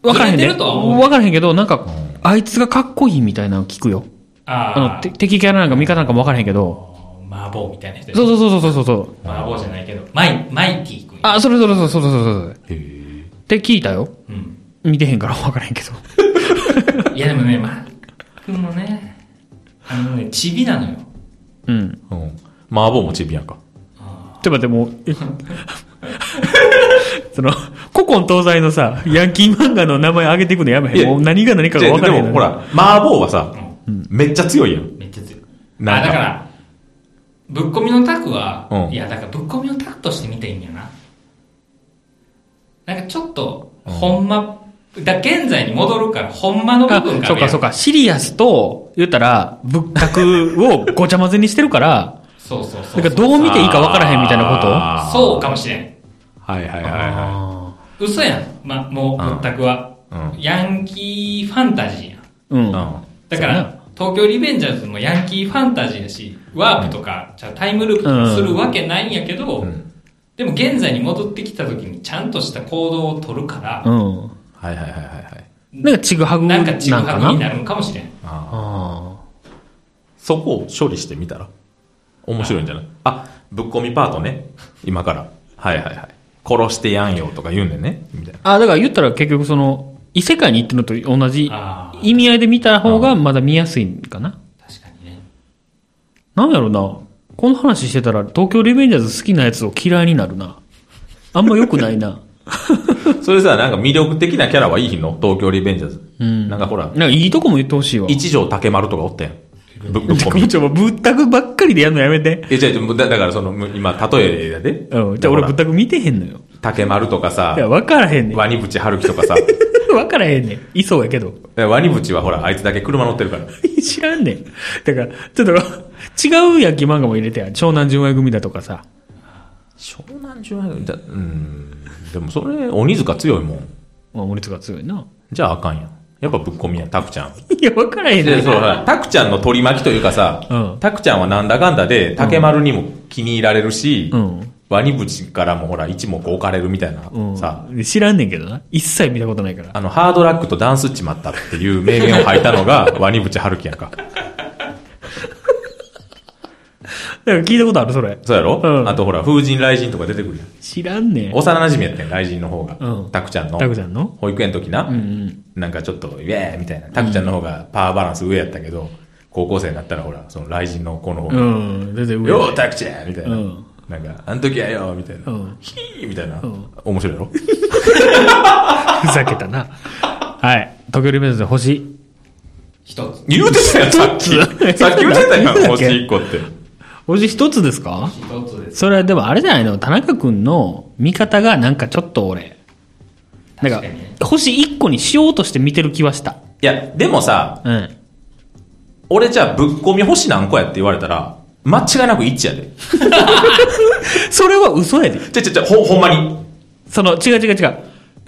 わからへんずれね。てるとは思うわからへんけど、なんか、あいつがかっこいいみたいなの聞くよ。あのあ、て敵キャラなんか味方なんかもわからへんけど。あ、麻婆みたいな人そうそうそうそうそうそう。麻婆じゃないけど、マイ、マイティ君。あ、それそれそれそれそれそれ。っへーて聞いたよ。うん。見てへんからわからへんけど。いやでもね、マー君もね、あのね、チビなのよ。うん。うん。麻婆もちびやんか。ちょっと待って、もう、え [LAUGHS] その、古今東西のさ、ヤンキー漫画の名前上げていくのやめいへん。やもう何が何かじがゃ分あかでらへん。もほら、麻婆はさ、めっちゃ強いやん。めっちゃ強い。なあ、んかだから、ぶっ込みのタクは、うんいや、だからぶっ込みのタクとして見ていいんやな。なんかちょっと、ほんま、だから現在に戻るから、ほんまの部分あ、がそうかそうか。か。シリアスと、言ったら、仏閣をごちゃ混ぜにしてるから、そうそうそなう。んかどう見ていいか分からへんみたいなことあーそうかもしれん。はいはいはいは嘘やん。ま、もうんう、全くは。うヤンキーファンタジーやん。うん。い。だから、東京リベンジャーズもヤンキーファンタジーやし、ワープとか、じゃあタイムループとかするわけないんやけど、んでも現在に戻ってきた時にちゃんとした行動を取るから、うん。はいはいはいはいはい。なんかちぐはぐななんんかかな。ちぐはぐになるんかもしれん。あーあそこを処理してみたら面白いんじゃないあ、ぶっ込みパートね。今から。はいはいはい。殺してやんよとか言うんでね。みたいな。あ。あ、だから言ったら結局その、異世界に行ってるのと同じああ、意味合いで見た方がまだ見やすいんかな。確かにね。なんやろな。この話してたら東京リベンジャーズ好きなやつを嫌いになるな。あんま良くない [LAUGHS] な。それさ、なんか魅力的なキャラはいいの東京リベンジャーズ。うんなんかほらなん、かいいとこも言ってほしいわ。一条竹丸とかおったやん。ぶ [LAUGHS] ぶっちょ込み。ちょ、もうぶったくばっかりでやるのやめて。え、じゃあじゃあだだからその、む今、例えやで。うん。じゃあ俺ほぶっらたく見てへんのよ。竹丸とかさい、や、わからへんねん。ワニブチ春樹と [LAUGHS] かさ。わからへんねん。いそうやけど。ワニブチはほら、あいつだけ車乗ってるから。知らんねん。だから、ちょっと、違う野球漫画も入れてや。湘南純愛組だとかさ。湘南純愛だ、うん。でもそれ、鬼塚強いもん。まあ、森塚強いな。じゃああかんやん。やっぱぶっ込みやん、タクちゃん。 [LAUGHS] いや、わからへんねで、ん。そう、ほらタクちゃんの取り巻きというかうさん、タクちゃんはなんだかんだで、竹丸にも気に入られるしうん、ワニブチからもほら、一目置かれるみたいなうん、さ、知らんねんけどな。一切見たことないから。あの、ハードラックとダンスっちまったっていう名言を吐いた [LAUGHS] のが、ワニブチ春樹やんか。だから聞いたことある、それ。そうやろ、うんあとほら、風神雷神とか出てくるやん。知らんねん。幼馴染やってん、雷神の方が。うんタクちゃんの。タクちゃんの保育園の時な、んなんかちょっと、イエーイみたいな。タクちゃんの方がパワーバランス上やったけど、高校生になったらほら、その雷神の子の方が、うん、全然上。ようタクちゃんみたいな。うんなんか、あの時はよみたいな。うんヒーみたいな。ん面白いやろ [LAUGHS] ふざけたな。はい。東京リベンジャーズ星。一つ。言うてたよ、さっちょっき。とさっき言うてた [LAUGHS] よ、なんだっ星け1個って。星一つですか一つです。それはでもあれじゃないの田中くんの見方がなんかちょっと俺。なんか確かにね、星一個にしようとして見てる気はした。いや、でもさ、うん。俺じゃあぶっ込み星何個やって言われたら、間違いなく1やで。それは嘘やで。ちょちょちょ、ほ、ほんまに。その、違う違う違う。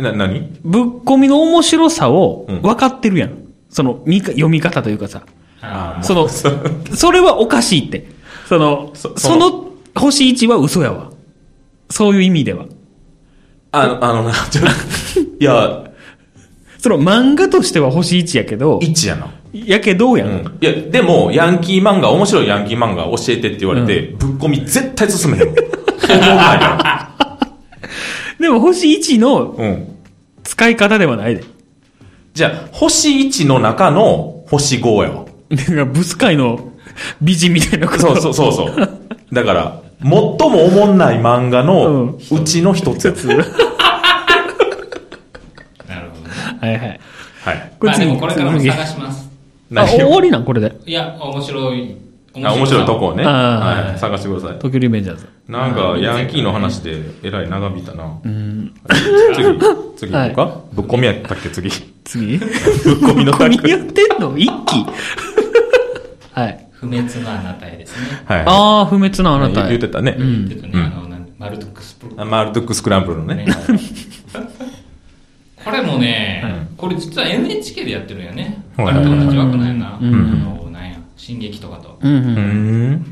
な、なにぶっ込みの面白さをうん分かってるやん。その、見か読み方というかさ。あその、それはおかしいって。その、そそそのの星一は嘘やわ。そういう意味では。 [LAUGHS] あの、あのな、 [LAUGHS] ちょ、いや、その漫画としては星一やけど、 1やな。やけどや。うんん。いや、でも、ヤンキー漫画、面白いヤンキー漫画教えてって言われて、ぶっ込み絶対進めへんも [LAUGHS] ん。思わないかでも星一のらうん。使い方ではないで。 [LAUGHS] じゃあ、星1の中の星5やわ。なんか、ブス界の美人みたいなこと。そうそうそうそう。だから、最もおもんない漫画のうちの一つや。あ、なるほどね。はいはい。はい。まあでもこれからも次探します。あ、何終をわりなんこれで。いや、面白い。あ面白いとこをね。あーはい。探してください。東京リベンジャーズ。なんか、ヤンキーの話で、えらい長引いたな。はい次、次行こうか、ぶっ込みやったっけ、次。次ぶっぶっ込みのタ込ッグみやってんの一気 [LAUGHS] はい。不滅のあなたへですね。はい。あー、不滅のあなた言っへて。たね。ちょっとね、あの、なんマルトクスプあマルトックスクランブルの [LAUGHS] ね。これもね、これ実は NHK でやってるんやね。はいあなたたち若くないな。あの、なんや、進撃とかと。うんう。うんん。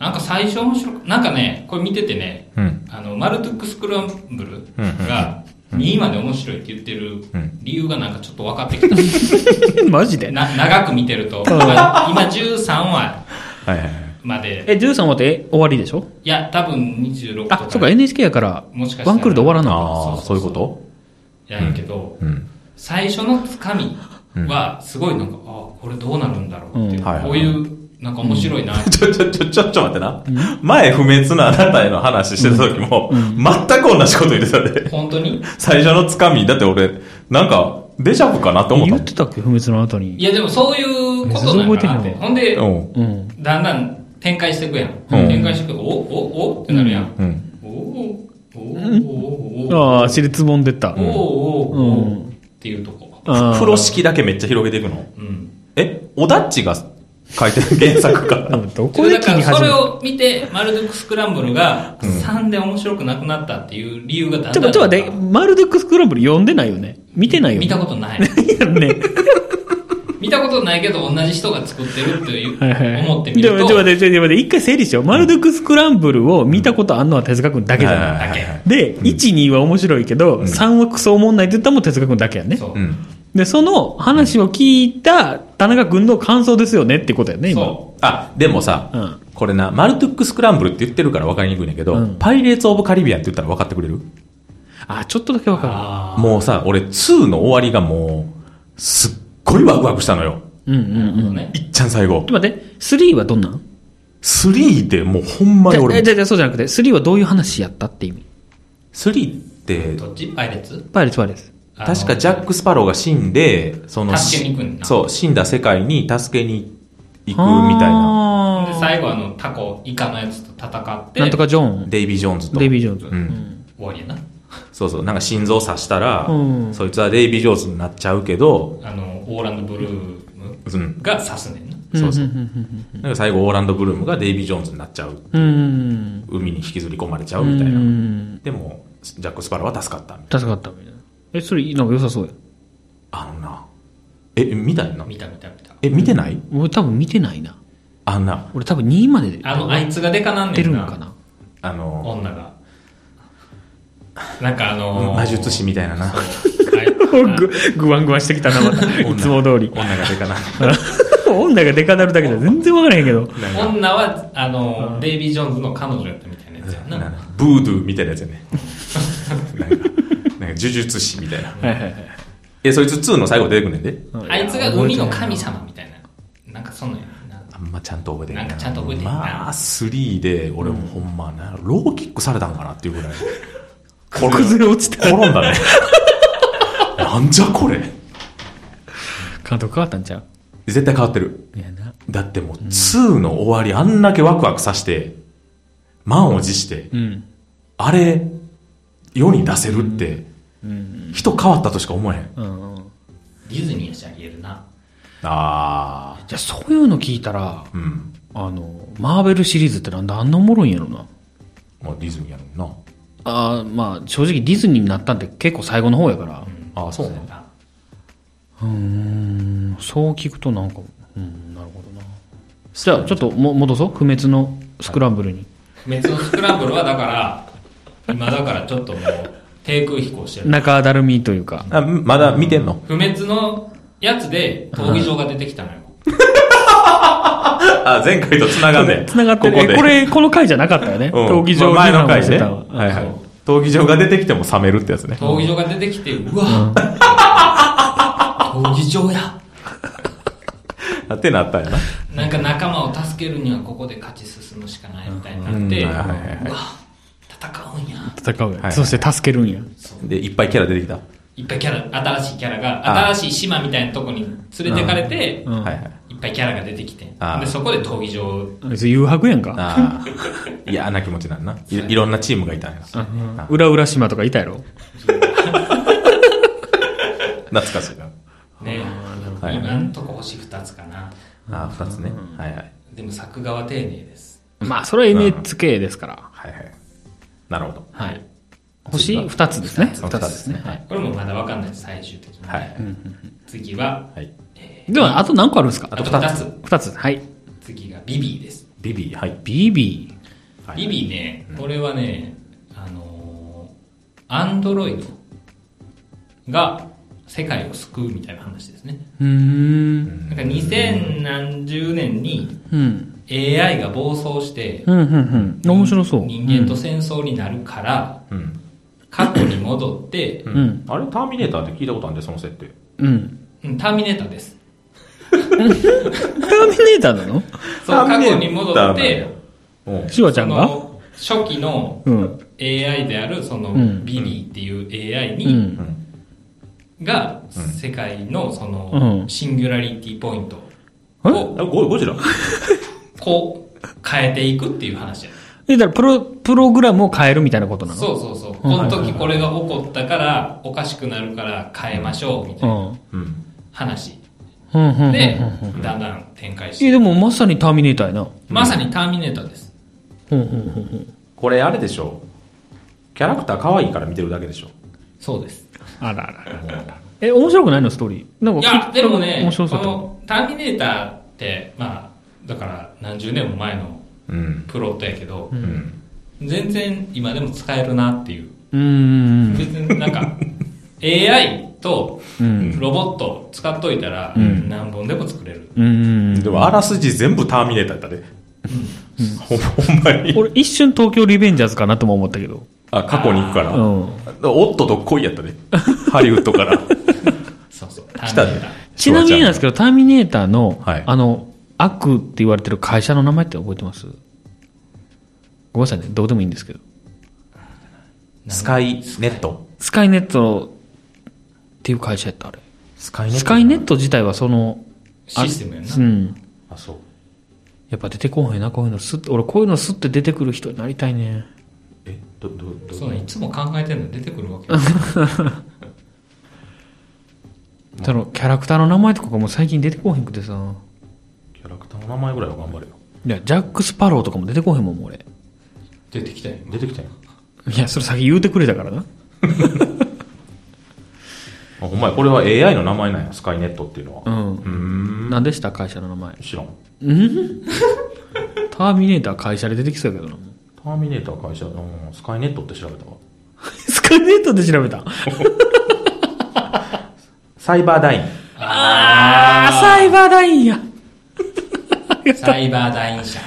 なんか最初面白く、なんかね、これ見ててね、うんあの、マルトゥックスクランブルが、2位まで面白いって言ってるうん理由がなんかちょっと分かってき [LAUGHS] た。マジでな長く見てると、今今13話はいはいはい。まで、え、13話ってえ終わりでしょいや、多分26とか。あ、そっか、NHK やから、もしかしたらワンクールで終わらんのか。ああ、そそううそういうそうことやんやけど、うん。最初のつかみは、すごいなんか、あ、これどうなるんだろうっていう、うんはいはいこういう、なんか面白いなって、ちょ、ちょ、ちょ、ちょ、ちょ待ってな。前不滅なあなたへの話してた時も、全く同じこと言ってたで。本当に。最初のつかみ、だって俺、なんか、デジャブかなって思言っってたっけ不滅の後にい。や、でもそういうこ全となんだなって。然覚えてへんわほんでた。、うん。うん。だんだん展開していくやん。うん展開していくおおおってなるやん。うん。おおおおおおああ、私立本出た。おおうおおっていうとこ。あー風呂。敷だけめっちゃ広げていくの。うん。え、おだっちが書いてる原作で [LAUGHS] か。もどこでだ切かりら始そめれたを見て、マルドックスクランブルが3で面白くなくなったっていう理由がだんちだょ、んちょっと待って、マルデックスクランブル読んでないよね見てないよね見たことない。 [LAUGHS] いやね。見たことないけど同じ人が作ってるっていうはいはい。思ってみるでも、ちとょ、っと待って、ちょっと待って、一回整理しよう。マルドックスクランブルを見たことあんのは手塚くんだけじゃない。はいはいはいだで、1、2は面白いけど、3はクソおもんないって言ったのも手塚くんだけやね。そうう。ん。で、その話を聞いた田中くんの感想ですよねってことやね、今。そあ、でもさ、うんこれな、マルトゥックスクランブルって言ってるから分かりにくいねんだけど、うんパイレーツ・オブ・カリビアンって言ったら分かってくれるあ、ちょっとだけわかあもうさ、俺2の終わりがもう、すっごいワクワクしたのよ。る。うんうん。ちょーなるほどね。いっちゃん最後っ。と待って、3はどんなん3でもうほんまじにゃ俺あ、、じゃあじゃあそうじゃなくて、3はどういう話やったって意味。 3って、どっちパイレーツパイレーツパイレーツ。確かジャック・スパローが死んで、その、助けに行くんだそう、死んだ世界に助けに行くはーみたいな。で、最後あの、タコ、イカのやつと戦って、なんとかジョーン、デイビー・ジョーンズと。デイビー・ジョーンズ。うん終わりやな。そうそう、なんか心臓刺したら、うんそいつはデイビー・ジョーンズになっちゃうけど、あの、オーランドブルームうん。が刺すねんな。そうそうう。んなんか最後、オーランド・ブルームがデイビー・ジョーンズになっちゃう。うんうん。海に引きずり込まれちゃううん。みたいうな。ん。でも、ジャック・スパローは助かった。助かったみたいな。え、それ、なんか良さそうや。あのな、え、見たよな。見た見た見た。え、見てない、俺多分見てないな。あんな、俺多分2位まで出あの、あいつがでかなんねてんるんな。かな。あの、女が。なんかあのー、魔術師みたいななそう。はい [LAUGHS] ぐ、ぐわんぐわんしてきたな、また。いつも通り。女がでかな。 [LAUGHS] 女がデカなるだけじゃ全然わからへんけ [LAUGHS] ど。女は、あのー、デイビー・ジョーンズの彼女やったみたいなやつやんなんな。かブードゥーみたいなやつやね。なんか、なんか呪術師みたいな。はいはいはい。え、そいつ2の最後出てくんねんで。あいつが海の神様みたいな。なんかそんなんやな。あんまちゃんと覚えてない。なんかちゃんと覚えてないなまあ、3で、俺もほんまな、ローキックされたんかなっていうぐらい。これ崩れ落ちた。転んだね。なんじゃこれ。監督変わったんちゃう絶対変わってる。いやな。だってもう、2の終わり、あんだけワクワクさして、満を持して、うん。あれ、世に出せるって、人変わったとしか思えへん。うんうん。ディズニーやしありえるな。あじゃあそういうの聞いたら、ー。うん。あの、マーベルシリーズってなんであんなおもろいんやろな。まあ、ディズニーやもんな。あーまあ正直ディズニーになったんって結構最後の方やから、ああ、そうなんだ。あうんそう聞くとなんか、うん、なるほどな。じゃあちょっとも戻そう。不滅のスクランブルに。不滅のスクランブルはだから、今だからちょっともう、低空飛行してる。中だるみというか。あまだ見てんの不滅のやつで、闘技場が出てきたのよ。あ、前回と繋がんねん。繋がってる。ここえで。これ、この回じゃなかったよね。うん闘技場まあ前の回回ね。ははいはそうい。闘技場が出てきても冷めるってやつね。闘技場が出てきて、うわ、闘技場や。あってなったんやな。なんか仲間を助けるにはここで勝ち進むしかないみたいになって、ううんはいはいはいわ、戦うんや。戦うよ、はいそして助けるんや。で、いっぱいキャラ出てきた。いっぱいキャラ、新しいキャラあが、新しい島みたいなとこに連れてかれて、うんはいはい。いっぱいキャラが出てきて、あーでそこで闘技場、別に誘惑やんか。ああ。嫌な気持ちなんな。いいろんなチームがいたんやな。あ裏裏島とかいたやろ。懐かしいな。ね、はい今んとこ星2つかな。ああ、二つね。はいはい。でも作画は丁寧です。まあ、それは NHK ですから。はいはい。なるほど。はい。星2つですね。二つですねはい。これもまだわかんないです、最終的に。はい。次は、はい。えでは、あと何個あるんですかあと2つ。二つ。はい。次がビビーです。ビビー、はい。ビビはいビビーね、これはね、あのー、アンドロイドが世界を救うみたいな話ですね。ー。うーん。なんか2000何十年にうん。 AI が暴走して、うん、うん、うん。面白そう。人間と戦争になるから、うん。過去に戻ってう、うんん。あれ、ターミネーターって聞いたことあるんで、その設定。うん。うんターミネーターです。ターミネーターなのそう、ター過ミネー去ターに戻って、うん。シュワちゃんそがの初期のうん。 AI である、そのうんビリーっていう AI うに、ん。が、世界のそのう、んシンギュラリティポイントえを、あゴゴジラこう、変えていくっていう話や。え、だからプロ、プログラムを変えるみたいなことなのそうそうそう。こはいはいの時これが起こったから、おかしくなるから変えましょう、みたういん。うなん。うん。話。うんうんうん。で、だんだん展開しえ、て。でもまさにターミネーターやな。まさにターミネーターです。うん、うん、うん。これ、あれでしょキャラクター可愛いから見てるだけでしょそうです。あらあらあらあら。え、面白くないのストーリー。なんいかや、でもね面、こ白そうだった。のターミネーターって、まあ、だから何十年も前のうん。プロットやけどう、ん。全然今でも使えるなっていう。うーん。別になんか、AI とうん。ロボットを使っといたら、何本でも作れる。うん。でも、あらすじ全部ターミネーターやったで。ほんほんまに。俺一瞬東京リベンジャーズかなとも思ったけど。あ、過去に行くからう。ん。おっとどっこいやったで。ハリウッドから。そうそう、タ来ーたミネでーター。。ちなみになんですけけど、ターミネーターの、はいあの、悪って言われてる会社の名前って覚えてますごめんなさいね、どうでもいいんですけど。 [LAUGHS] スカイネット。スカイネットっていう会社やった、あれ。スカイスカイネット自体はその、システムやんなう。ん。あ、そう。やっぱ出てこんへんな、こういうのすって。俺、こういうのすって出てくる人になりたいね。え、ど、ど、ど、そうねいつも考えてるの出てくるわけよその、キャラクターの名前とかがもう最近出てこへんくてさ。キャラクターの名前ぐらいは頑張れよ。いや、ジャック・スパローとかも出てこへんもん、もう俺。出てきたよ出てきたよ。いや、それ先言うてくれたからな。あ、ほんまや、これは AI の名前なんや、スカイネットっていうのは。うん。うーん。何でした会社の名前。知らん。ターミネーター会社で出てきそうやけどな。ターミネーター会社、うん、スカイネットって調べたわ。スカイネットで調べた。サイバーダイン。あー、サイバーダインや。サイバーダイン社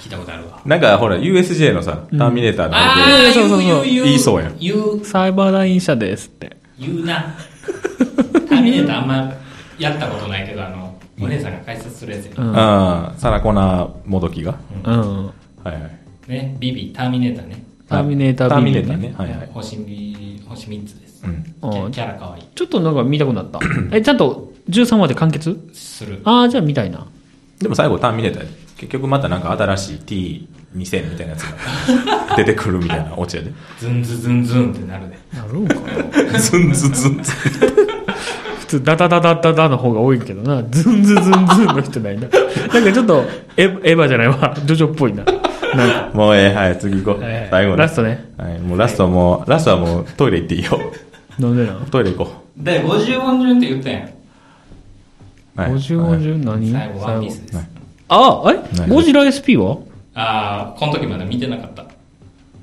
聞いたことあるわなんか、ほら、USJ のさ、ターミネーターなので、ああそうそう言うそう言う言う言いそうやん言うサイバーダイン社ですって。言うなターミネーターあんまやったことないけどあのお姉さんが解説するやつやうんん。あーサラコナーもどきが。うん。はいはい。ねビビターミネーターねターミネーターターミネービターーね。はいはい。星み星3つです、うん。キャうんキャラかわいいちょっとなんか見たくなった。 [COUGHS] え、ちゃんと13話で完結するあー、じゃあ見たいな。でも最後ターミネーターやで結局またなんか新しい T2000 みたいなやつが [LAUGHS] 出てくるみたいなオチやで。ズンズズンズンってなるでなるんかな。ズンズンズンズン。普通、ダダダダダダの方が多いけどな。ズンズズンズンの人ないな。なんかちょっと、エヴエヴァじゃないわ。ジョジョっぽいな。なんか。もうええ、はい、次行こう。はい最後ラストね。はい、もうラストもう、ラストはもうトイレ行っていいよ。 [LAUGHS] なんでなんトイレ行こ第50音順って言ったやんう。はい、 50はい音順何最後ワンピースです、はいああ、えないゴジラ SP はああこの時まだ見てなかった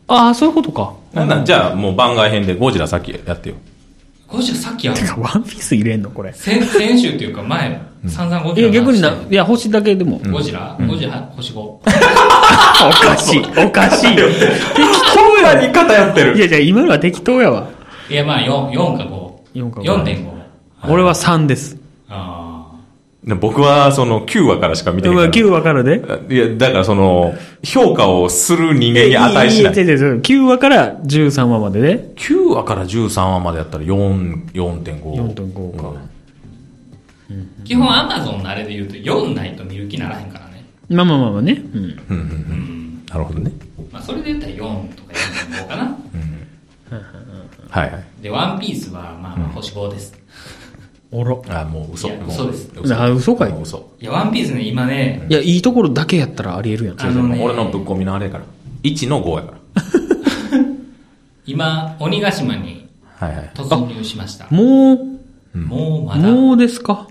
ああ、そういうことか。なんなん、じゃあもう番外編でゴジラさっきやってよ。ゴジラさっきやんてか、 [LAUGHS] ワンピース入れんのこれ。先 [LAUGHS] 先週っていうか前、散々ゴいジラや、の話逆にしたなよ、いや、星だけでも。ゴジラ、ゴジラ星5。おかしい、おか [LAUGHS] しい。適ほんまに偏って当い。や、じゃあ今のは適当やわ。いや、まあ4、4か5。 4か5 4.5。俺は3です。あで僕はその9話からしか見てでないもから。 9話からで。いや、だからその、評価をする人間に値しないいや。いや違う違う9話から13話までで。 9話から13話までやったら4、4.5。 4.5か。ー基本 Amazon のあれで言うと4ないと見る気ならへんからね。まあまあまあまあね。うん。うん。なるほどね。まあそれで言ったら4とか4.5かな。はいはい。で、ワンピースはまあまあ星5です。おら。あ、もう嘘。いやも嘘ですあ嘘かいもう嘘。いや、ワンピースね、今ね、いや、いいところだけやったらありえるやん。あのね俺のぶっ込みのあれやから。1の5やか今、鬼ヶ島にら。はいはい。突入しました。ももうまだ、う、もうですか。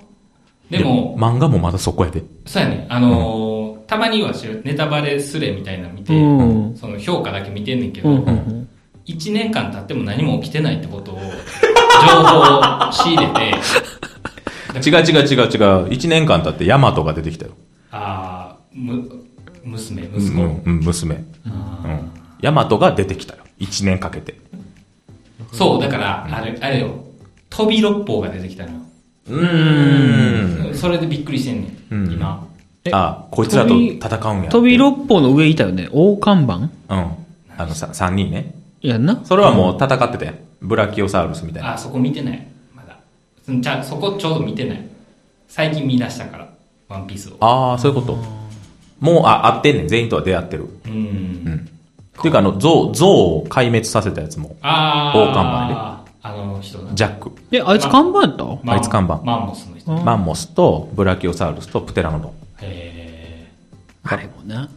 でも、漫画もまだそこやで。そうやね、あのーたまにはしネタバレすれみたいなの見て、うんその評価だけ見てんねんけうど、んうん1年間経っても何も起きてないってことを、情報を仕入れて、違う違う違う違う。一年間経ってヤマトが出てきたよ。あーむ、娘、う息子。ん、うん、娘。うん。ヤマトが出てきたよ。一年かけて。そう、だから、あれ、あれよ、飛び六方が出てきたのよ。うーん。それでびっくりしてんねん、うん今。あ、こいつらと戦うんや。飛び六方の上いたよね。大看板うん。あのさ、三人ね。やんな。それはもう戦ってたやん。ブラキオサウルスみたいな。あー、そこ見てない。まだ。うんちゃんそこちょうど見てない。最近見出したから、ワンピースを。ああ、そういうこと。もう、あ、合ってんねん。全員とは出会ってる。うん。っていうか、あの、象、象を壊滅させたやつも。あ大看あ。あの人な。ジャック。え、あいつ看板やったマンあいつ看板マンモスの人。うんマンモスと、ブラキオサウルスと、プテラノドン。えーあれもな。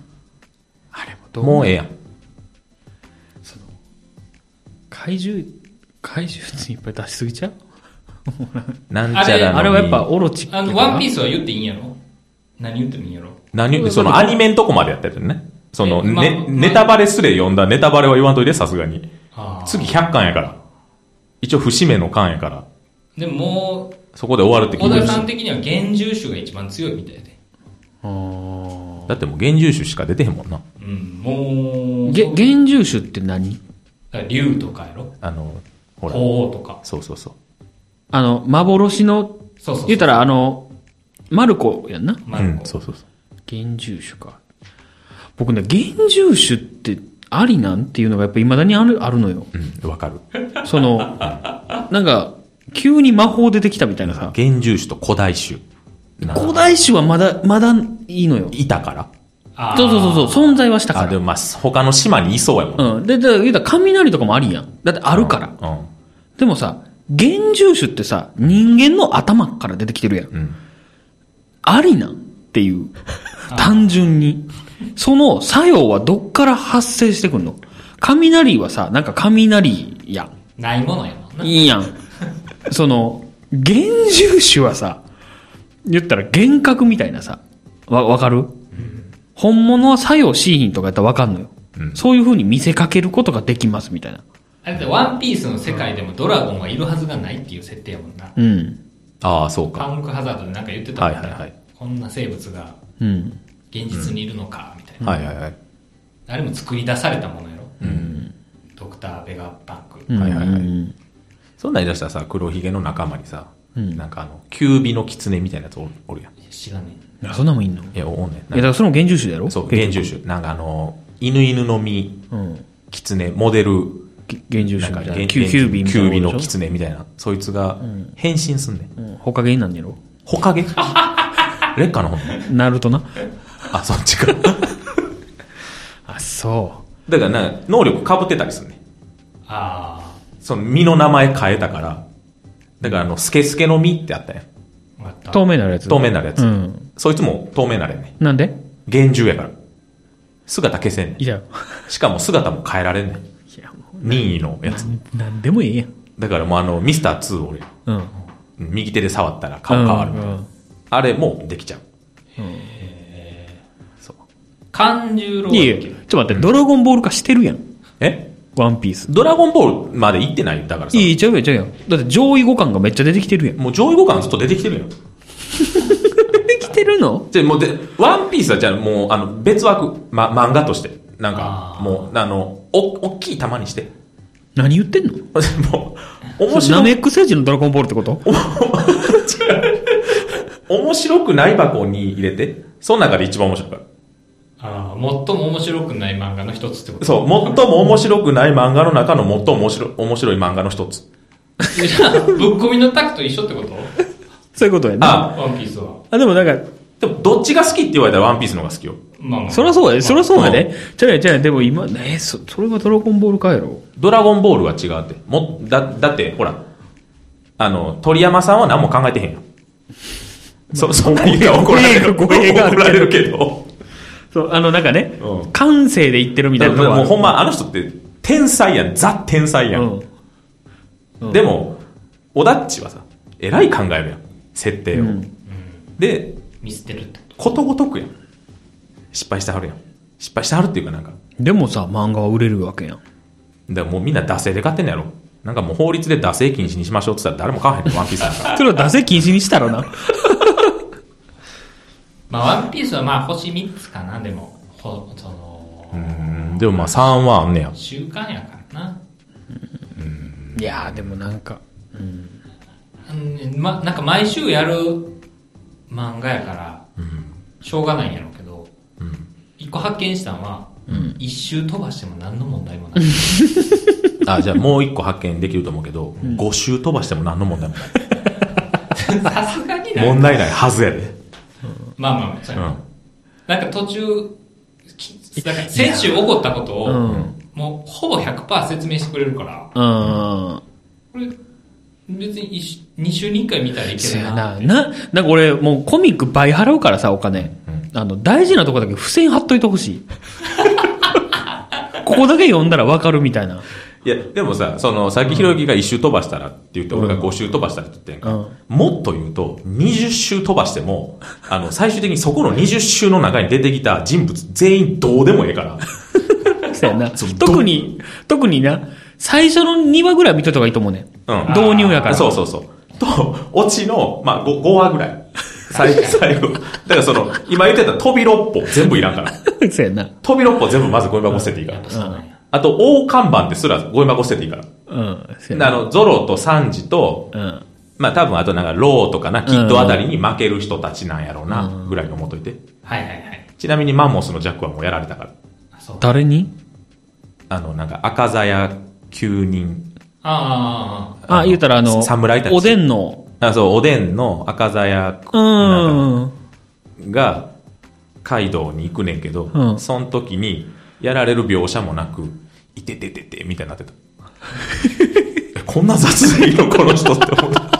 あれもどうもうええやん。怪獣、怪獣っていっぱい出しすぎちゃうなんちゃらのにあれはやっぱオロチあの、ワンピーススは言っていいんやろ何言ってもいいんやろ何そのアニメのとこまでやってるね。その、えまね、まネタバレすれ読んだネタバレは言わんといて、さすがに。あー次100巻やから。一応、節目の巻やから。でももそこで終わるってう、聞小いてる田しさ。ん的には幻獣種が一番強いみたいで。だってもう、幻獣種しか出てへんもんな。うん、もう、げ、幻獣種って何だから竜とかやろあの、ほら。鳳凰とか。そうそうそう。あの、幻の、そうそうそう言ったらあの、マルコやんなマうルんコ、。そうそうそう。幻獣種か。僕ね、幻獣種ってありなんっていうのがやっぱ未だにある、あるのよ。うん、わかる。その、 [LAUGHS] なんか、急に魔法出てきたみたいなさ。原獣種と古代種。古代種はまだ、まだいいのよ。いたから。あーそうそうそう、そう存在はしたあ、かでもまあ、他の島にいそうやもん。ら。うん。で、で、言うたら雷とかもありやん。だってあるから。うん。でもさ、幻獣種ってさ、人間の頭から出てきてるやん。んありなんっていう。単純に。その作用はどっから発生してくんの雷はさ、なんか雷やん。ないものやもんな。いいやん。その、幻獣種はさ、言ったら幻覚みたいなさ、わ、わかる、本物は作用シーンとかやったらわかんのよ。そういう風に見せかけることができますみたいな。あれだってワンピースの世界でもドラゴンはいるはずがないっていう設定やもんな。うん。ああ、そうパか。ンクハザードでなんか言ってたもんねはいはいはいこんな生物がうん。現実にいるのか、みたいな。はいはいはい。あれも作り出されたものやろ。ドクター・ベガ・パンク。はいはいはいうんそんなん言い出したらさ、黒ひげの仲間にさ、なんかあの、キュービの狐みたいなやつおるおるやん。い知らねあそんなんもいんのいや、や、おんねん。だからそれも幻獣種だろそう、原獣種。なんかあの、犬犬の実、うん。狐、モデル、き幻なん獣種かみたい原な。キュキュービーみキたいュなービものんでしょ。狐みたいな。そいつが変身すんねん。うん。ほかげなんやろほかげ [LAUGHS] 劣化の本能ナルトな。あ、そっちか。あ、そだからな、能力被ってたりするねん。え。あその実の名前変えたから、だからあの、スケスケの実ってあったやん。あ、わかうった。透明なるやつ。透明になるやつ。うん。そいつも透明になれんねん。なんで幻獣やから。姿消せんねいや、ん。しかも姿も変えられんねん。いや、も任意のやつ。う、なんでもいいやん。だからもうあの、ミスター2俺、うん。右手で触ったら顔変わるみたいな。うんあれもできちゃう。そう。勘十郎いやだっいけや、ちょっと待って、ドラゴンボール化してるやん。えワンピース。ドラゴンボールまで行ってないよだからさい。やいや、ちゃうやん、ちゃうやん。だって上位互換がめっちゃ出てきてるやん。もう上位互換ずっと出てきてるよ。出てきてるのじゃあもうで、ワンピースはじゃあもう、あの、別枠、ま、漫画として。なんあ、かーもう、あの、お、大きい玉にして。 [LAUGHS] 何言ってんのもう、面ナ白メい。ック星人のドラゴンボールってこと面白くない箱に入れて、その中で一番面白いから。ああ、最も面白くない漫画の一つってことそう、最も面白くない漫画の中の最も面白い面白い漫画の一つ。えじゃあ、ぶっ込みのタクと一緒ってことそういうことやな。あ、ワンピースは。あ、でもなんか、でもどっちが好きって言われたらワンピースの方が好きよ。まあまあ。そりゃそうやで、そりゃう。そうやで。ちゃうやん、ちゃうやん。でも今、ねそ、それがドラゴンボールかやろ。ドラゴンボールは違うって。も、だ、だって、ほら、あの、鳥山さんは何も考えてへんよ。そ、そんなに言うたら怒られる。語弊があ怒るられるけど。そう、あの、なんかねう、ん感性で言ってるみただいかならのもうほんまま、あの人って、天才やん。ザ天才や。うんん。でも、オダッチはさ、えらい考えるやん。設定を。うんで、見捨てるってこことごとくやん。失敗してはるやん。失敗してはるっていうかなんか、でもさ、漫画は売れるわけやん。だからもうみんな惰性で買ってんのやろ。なんかもう法律で惰性禁止にしましょうって言ったら誰も買わへんの、ワンピースなん [LAUGHS] か。それは惰性禁止にしたらな。と。まあ、ワンピースはまあ、星3つかな、でも。ほその、うん、でもまあ3はあんねや。習慣やからな。いやー、でもなんか、うん、ま、なんか毎週やる漫画やから、しょうがないんやろうけど、一個発見したのは、一周飛ばしても何の問題もない。あ、じゃあもう1個発見できると思うけど、5周飛ばしても何の問題もない。さすがにない。問題ないはずやで。まあまあ、そううやな。ん。なんか途中、きなんか先週起こったことを、うんもうほぼ100%説明してくれるから、うん。これ、別に一週2週に1回見たらいけそるやな。な。な、なんか俺、もうコミック倍払うからさ、お金。あの、大事なとこだけ付箋貼っといてほ [LAUGHS] しい。ここだけ読んだらわかるみたいな。いや、でもさ、その、さっきひろゆきが1周飛ばしたらって言って、俺が5周飛ばしたらって言ってんか、うんもっと言うと、20周飛ばしても、あの、最終的にそこの20周の中に出てきた人物全員どうでもええから。そやな。特に、特にな、最初の2話ぐらい見といた方がいいと思うね。うん導入やから。そうそうそう。と、オチの、まあ5、5話ぐらい。 [LAUGHS] 最後、最後。だからその、今言ってた飛び6歩全部いらんから。 [LAUGHS] う。そやな。飛び6歩全部まずゴミ箱捨てていいから。あと、大看板ですらゴミ箱捨てていいから。うん。そやあな。の、ゾロとサンジと、うん。まあ多分あとなんかローとかな、キッドあたりに負ける人たちなんやろうな、ぐらいに思っといて。はいはいはい。ちなみにマンモスのジャックはもうやられたから。あそう誰にあの、なんか赤座や9人。ああああああ、あ、言うたらあの、侍たちおでんの、あ、そう、おでんの赤座やうなんかん。が、カイドウに行くねんけど、うんその時に、やられる描写もなく、いてててて、みたいになってた。 [LAUGHS] えこんな雑でいいのこの人って思った。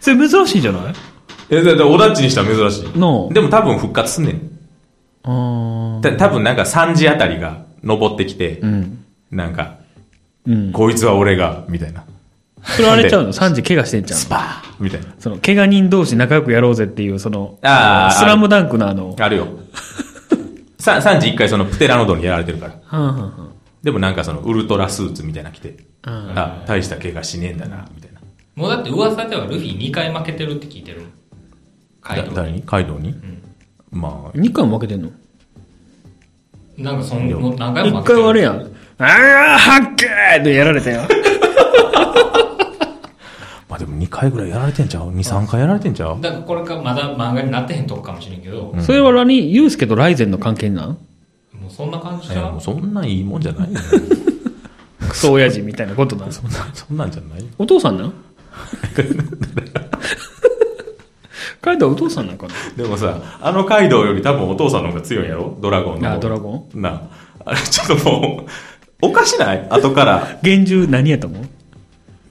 それ珍しいんじゃない [LAUGHS] え、だって、おだっちにしたら珍しい。のでも多分復活すんねん。うん。た多分なんか3時あたりが登ってきて、うん。なんか、うん。こいつは俺が、みたいな。それあれちゃうの ?3 時怪我してんちゃうのスパーみたいな。その、怪我人同士仲良くやろうぜっていう、その、あースラムダンクのあの、あるよ。 [LAUGHS] さ3時1回そのプテラノドンにやられてるから。うんうんうんでもなんかそのウルトラスーツみたいなの着て、あ、大した怪我しねえんだな、みたいな。もうだって噂ではルフィ2回負けてるって聞いてる。カイだドウ誰ににカイドウに、まあ、 2回も負けてんのなんかそんもう何回も ?1 回はあれややん。ああ、ハッケーでやられたよ。まあでも2回ぐらいやられてんちゃう ?2、3回やられてんちゃうだからこれからまだ漫画になってへんとこかもしれんけど、も [LAUGHS] それは何ユースケとライゼンの関係なんうそんな感じいじやゃもんうそんなんいいもんじゃないよクソ親父みたいなことなんそんなんそんなんじゃないよお父さん [LAUGHS] なんカイドウお父さんなんかなでもさ、あのカイドウより多分お父さんの方が強いんやろドラゴンの方。あドラゴンなあ、あれちょっともう、おかしない後から、厳重何やと思う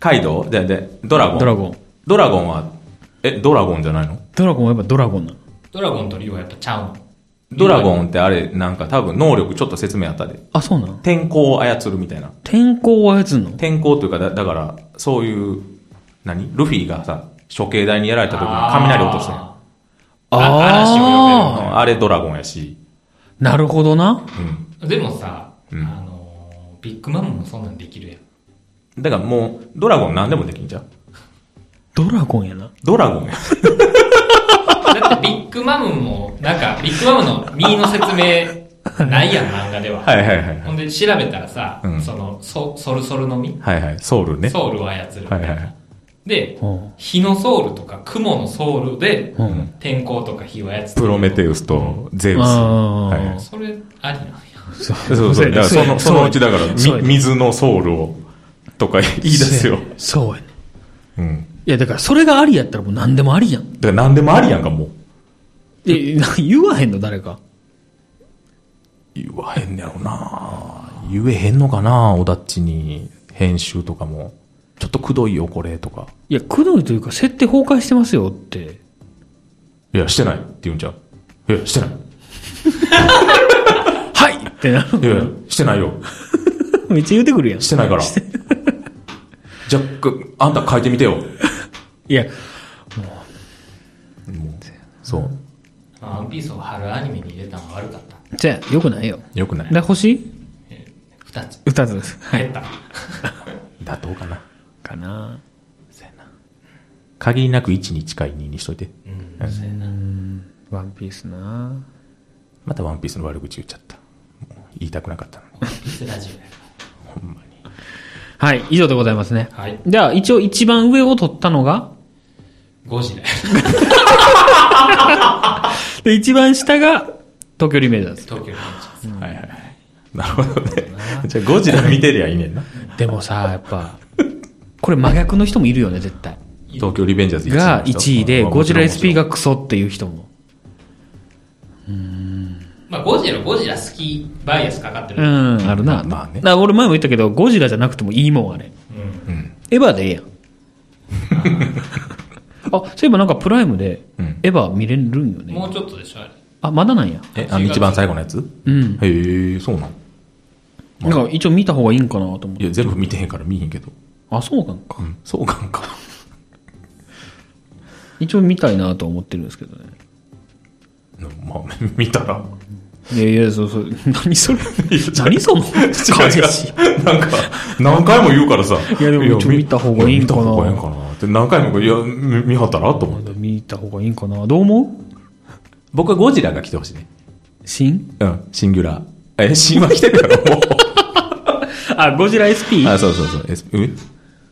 カイドウで、で、ドラゴン。ドラゴン。ドラゴンは、え、ドラゴンじゃないのドラゴンはやっぱドラゴンなのドラゴンとリオはやっぱちゃうの。ドラゴンってあれ、なんか多分能力ちょっと説明あったで。あ、そうなの天候を操るみたいな。天候を操るの天候というか、だだから、そういう、何ルフィがさ、処刑台にやられた時に雷落としてんああーあ嵐を呼ああれドラゴンやし。なるほどな。うん。べる。でもさ、あのー、ビッグマムもそんなんできるやん。だからもう、ドラゴン何でもできんじゃん。ドラゴンやな。ドラゴンや。だってビッグマムも、なんか、ビッグマムの右の説明、ないやん、漫画では。はいはいはいはい。ほんで、調べたらさ、うんその、ソソルソルの実、はいはい。ソウルね。ソウルを操るみたいな。はいはいはいでうん、火のソウルとか雲のソウルで、うん天候とか火を操る。プロメテウスとゼウス。あーはいはいそれ、ありなんや。そうそう。だからその、そのうちだから、そうやみね水のソウルを、とか言い出すよ。そうやね。うん。いや、だからそれがありやったらもう何でもありやん。だから何でもありやんか、もう。え、な言わへんの誰か。言わへんねやろな言えへんのかなおだっちに編集とかもちょっとくどいよこれとかいや、くどいというか、設定崩壊してますよって。いやしてないって言うんちゃういやしてないはいってなる。いやしてないよ [LAUGHS] めっちゃ言うてくるやん。い [LAUGHS] してないからじゃあくあんた書いてみてよや、もう、そう。あ [LAUGHS] ワンピースを春アニメに入れたの悪かった。じゃあ、よくないよ。よくなで、い。星えー二つ。二つです。は減っい。た。妥当かな。かなそうやな。限りなく1に近い2にしといて。うん、そうやな。ワンピースなまたワンピースの悪口言っちゃった。もう言いたくなかったのに。ピスラジオやほんまに。はい、以上でございますね。から。はい。じゃあ、一応一番上を取ったのが、ゴジラや。で、一番下が、東京リベンジャーズ。東京リベンジャーズはいはいはい。なるほどね。じゃあゴジラ見てりゃいいねんな。でもさ、やっぱ、これ真逆の人もいるよね、絶対。東京リベンジャーズが1位で、ゴジラ SP が。がクソっていう人も。まあ、ゴジラ、ゴジラ好きバイアスかかってうる。ん、あるな。まあねだから俺前も言ったけど、ゴジラじゃなくてもいいもん、あれ。うん。うん。エヴァでええやん。あ、そういえばなんかプライムでうん、エヴァ見れるんよね。もうちょっとでしょ、あれ。あ、まだなんや。え、あの一番最後のやつうん。へえ、そうなのなんか一応見た方がいいんかなと思っいて。や、全部見てへんから見えへんけど。あ、そうかんか。うん、そうかんか。一応見たいなとは思ってるんですけどね。まあ、見たら。いやいや、そう [LAUGHS] そう。何それ何その違う違うなんか、何回も言うからさ。いやでも一応見た方がいいんかな見た方がいいんかなって何回も、いや、見見はったらと思って。見た方がいいんかなどう思う僕はゴジラが来てほしいね。新うん、シングラー。え、シンは来てる [LAUGHS] やろ、もう。あ、ゴジラ SP? あ、そうそうそう。S、え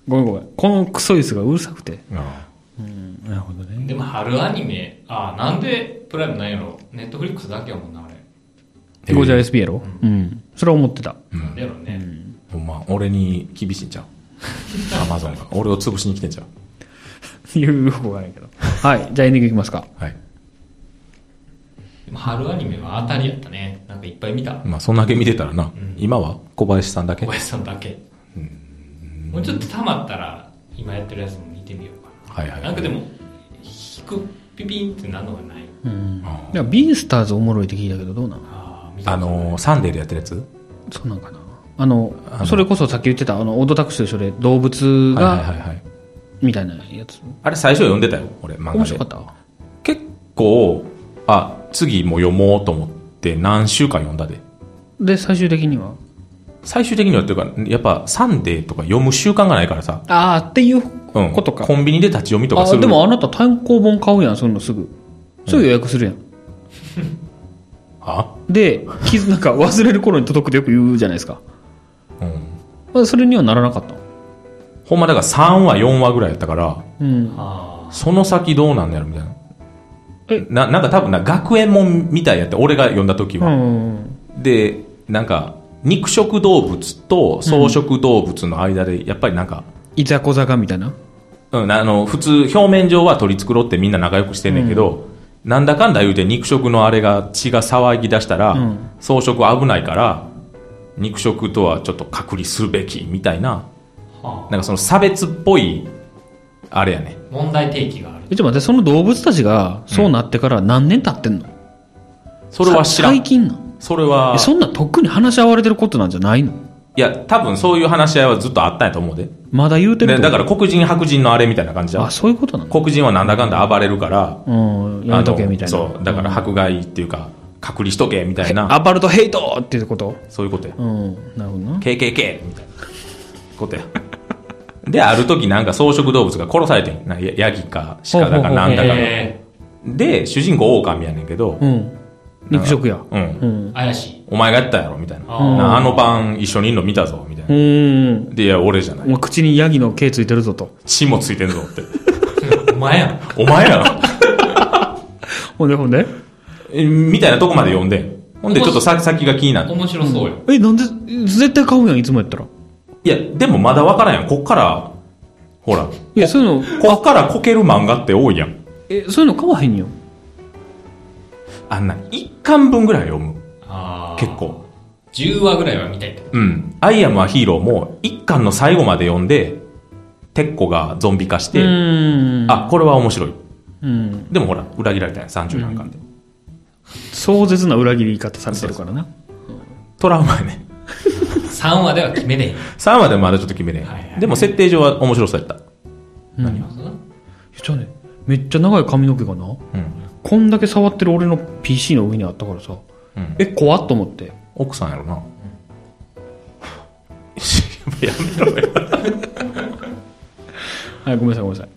ごめんごめん。このクソ椅子がうるさくて。あうん、なるほどね。でも、春アニメ、ああ、なんでプライムないやろ。ネットフリックスだけやもんな、あれ。えーゴジラ SP やろうん。それは思ってた。なんでやろうね。ほんま、俺に厳しいんちゃう。アマゾンが。俺を潰しに来てんちゃう。いう方がないけど。はい。じゃあエンディングいきますか。はい。でも、春アニメは当たりやったね。なんかいっぱい見た。まあ、そんだけ見てたらな。今は小林さんだけ小。林さんだけ。もうちょっと溜まったら、今やってるやつも見てみようかはいはな。い。なんかでも、引くピピンってなるのがない。うん。あーいや、ビースターズおもろいって聞いたけど、どうなのああ、見たあことないのー、サンデーでやってるやつそうなんかなあの、あのそれこそさっき言ってた、あの、オートタクシーと一緒で動物が、はいはいはいはい。みたいなやつ。あれ最初読んでたよ、俺、漫画で。面白かった結構、あ、次も読もうと思って何週間読んだで。で、最終的には最終的にはっていうか、やっぱサンデーとか読む習慣がないからさ。ああ、っていううん。ことか。コンビニで立ち読みとかすあ、る。でもあなた単行本買うやん、そういうのすぐ。すぐ予約するやん。あで、気づなんか忘れる頃に届くってよく言うじゃないですか。うん。それにはならなかったのほんまだから3話、4話ぐらいやったから、うん。あその先どうなんのやろみたいな。えな、なんか多分な、学園もんみたいやって、俺が読んだ時うは。ん。で、なんか、肉食動物と草食動物の間で、やっぱりなんか、いざこざがみたいな。うんうん、あの、普通、表面上は取り繕ってみんな仲良くしてんねんけど、なんだかんだ言うて肉食のあれが血が騒ぎ出したら、うん草食危ないから、肉食とはちょっと隔離するべきみたいな、あ。はあ。なんかその差別っぽい、あれやね。問題提起がある。え、ちょっと待って、その動物たちがそうなってから何年経ってんの、それはさ知ら最ん。近なんそれはえ、、そんなとっくに話し合われてることなんじゃないのいや、多分そういう話し合いはずっとあったんやと思うで。まだ言うてるでってだことから黒人白人のあれみたいな感じじゃあ、ん。そういうことなの黒人はなんだかんだ暴れるから、うん、やめとけあのみたいな。そう、だから迫害っていうか、隔離しとけみたいな、アパルトヘイトっていうことそういうことや。うん、なるほどな。 KKK みたいなことや。で、ある時なんか草食動物が殺されてん。なやヤギか鹿だかほうほうほうなんだかの。えで、主人公狼やねんけどう、ん。肉食や。う。うんん。ー、怪しい。お前がやったやろみたいな。あーなあの晩一緒にいんの見たぞみたいうな。ーん。で、いや、俺じゃなおい。前口にヤギの毛ついてるぞと。血もついてんぞって。お前やん。お前やろほんでほんでえみたいなとこまで読んでん。ほんで、ちょっとさ先が気になって。面白そうよ。え、なんで、絶対買うやん、いつもやったら。いや、でもまだわからんやん。こっから、ほら、いや、そういうの、こっからこける漫画って多いやん。え、そういうの買わへんよ。あんな、一巻分ぐらい読む。あー結構。 10話ぐらいは見たいと。うん。アイアムはヒーローも、一巻の最後まで読んで、テッコがゾンビ化しうて、ーん。あ、これは面白い。うん。でもほら、裏切られたやん、30何巻で。壮絶な裏切り方されてるからな。トラウマやね。 3話では決めれへん。 3話でまだちょっと決めれん。はいはいでも設定上は面白そうやった。なるほどなじゃあね、めっちゃ長い髪の毛がな、うん。こんだけ触ってる俺の PC の上にあったからさ、うんえ怖っと思って奥さんやろな [LAUGHS] やめろよはいごめんなさいごめんなさい、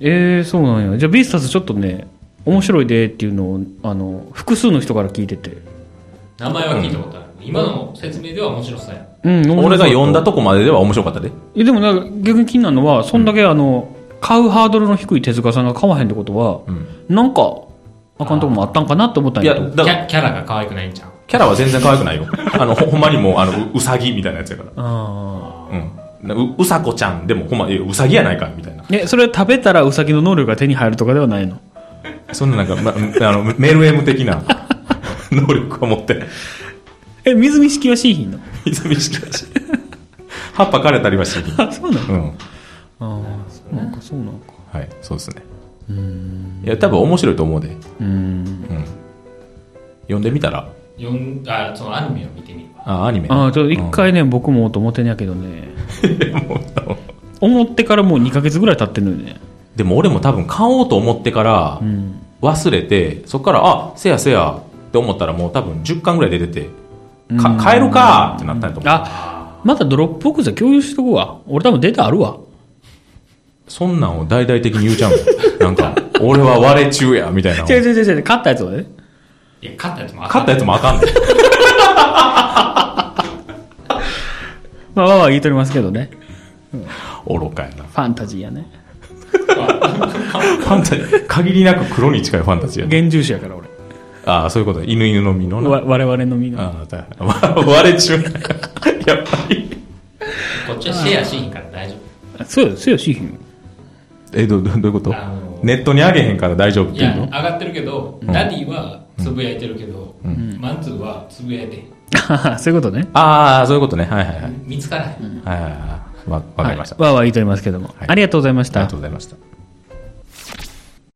えー、そうなんやじゃあビースターズちょっとね面白いでっていうのをあの複数の人から聞いてて名前は聞いたことある。今の説明では面白そうや。うん面白俺がそう読んだとこまででは面白かったでえでもなんか逆に気になるのはそんだけあの、買うハードルの低い手塚さんが買わへんってことは、なんかあかんとこもあったんかなって思ったんいややけどだキからャキャラが可愛くないんちゃうキャラは全然可愛くないよ [LAUGHS] あのほほんまにもうあのううさぎみたいなやつやからあうんなううさこちゃんでもほんまえうさぎやないかみたいなーえそれ食べたらウサギの能力が手に入るとかではないのそんななんか、ま、あのメルエム的な [LAUGHS] 能力を持ってえ水見式はしいひんの水見しかし葉っぱ枯れたりはしないあそうなのうんああそうなんかそうなんかはいそうですねいや多分面白いと思うでうん読んでみたら読んあ、そのアニメを見てみるわ。あアニメねああちょっと一うん回ね、僕もと思ってんやけど [LAUGHS] ね思ってからもう2ヶ月ぐらい経ってるのよねでも俺も多分買おうと思ってからうん忘れてそっからあせやせやって思ったらもう多分10巻ぐらい出ててか買えるかってなったんやと思うあまたドロップボックスで共有しとこうわ俺多分データあるわそんなんを大々的に言うちゃうの [LAUGHS] なんか俺は割れ中やみたいな違う違う違う違う勝ったやつをねいや、勝ったやつも買ったやつもあかんねんまあわーわー言いとりますけどね愚かやなファンタジーやねファンタジー限りなく黒に近いファンタジーや幻獣種やから俺ああそういうこと犬犬の身のなわ我々のみんなああだ割れ中や [LAUGHS] やっぱりこっちはシェアしひんから大丈そうよそうよしひんえどどどういうこあとのネットにあげへんから大丈夫っ夫。てい言や、う上のがってるけど、ダディはつぶやいてるけど、マンツーはつぶやいてへん、 [LAUGHS] そういうことねああそういうことねはいはいはい見つからへん。はいはいはいわわかりました、はいわーわー言いとりますけども、はいありがとうございましありたがとうございました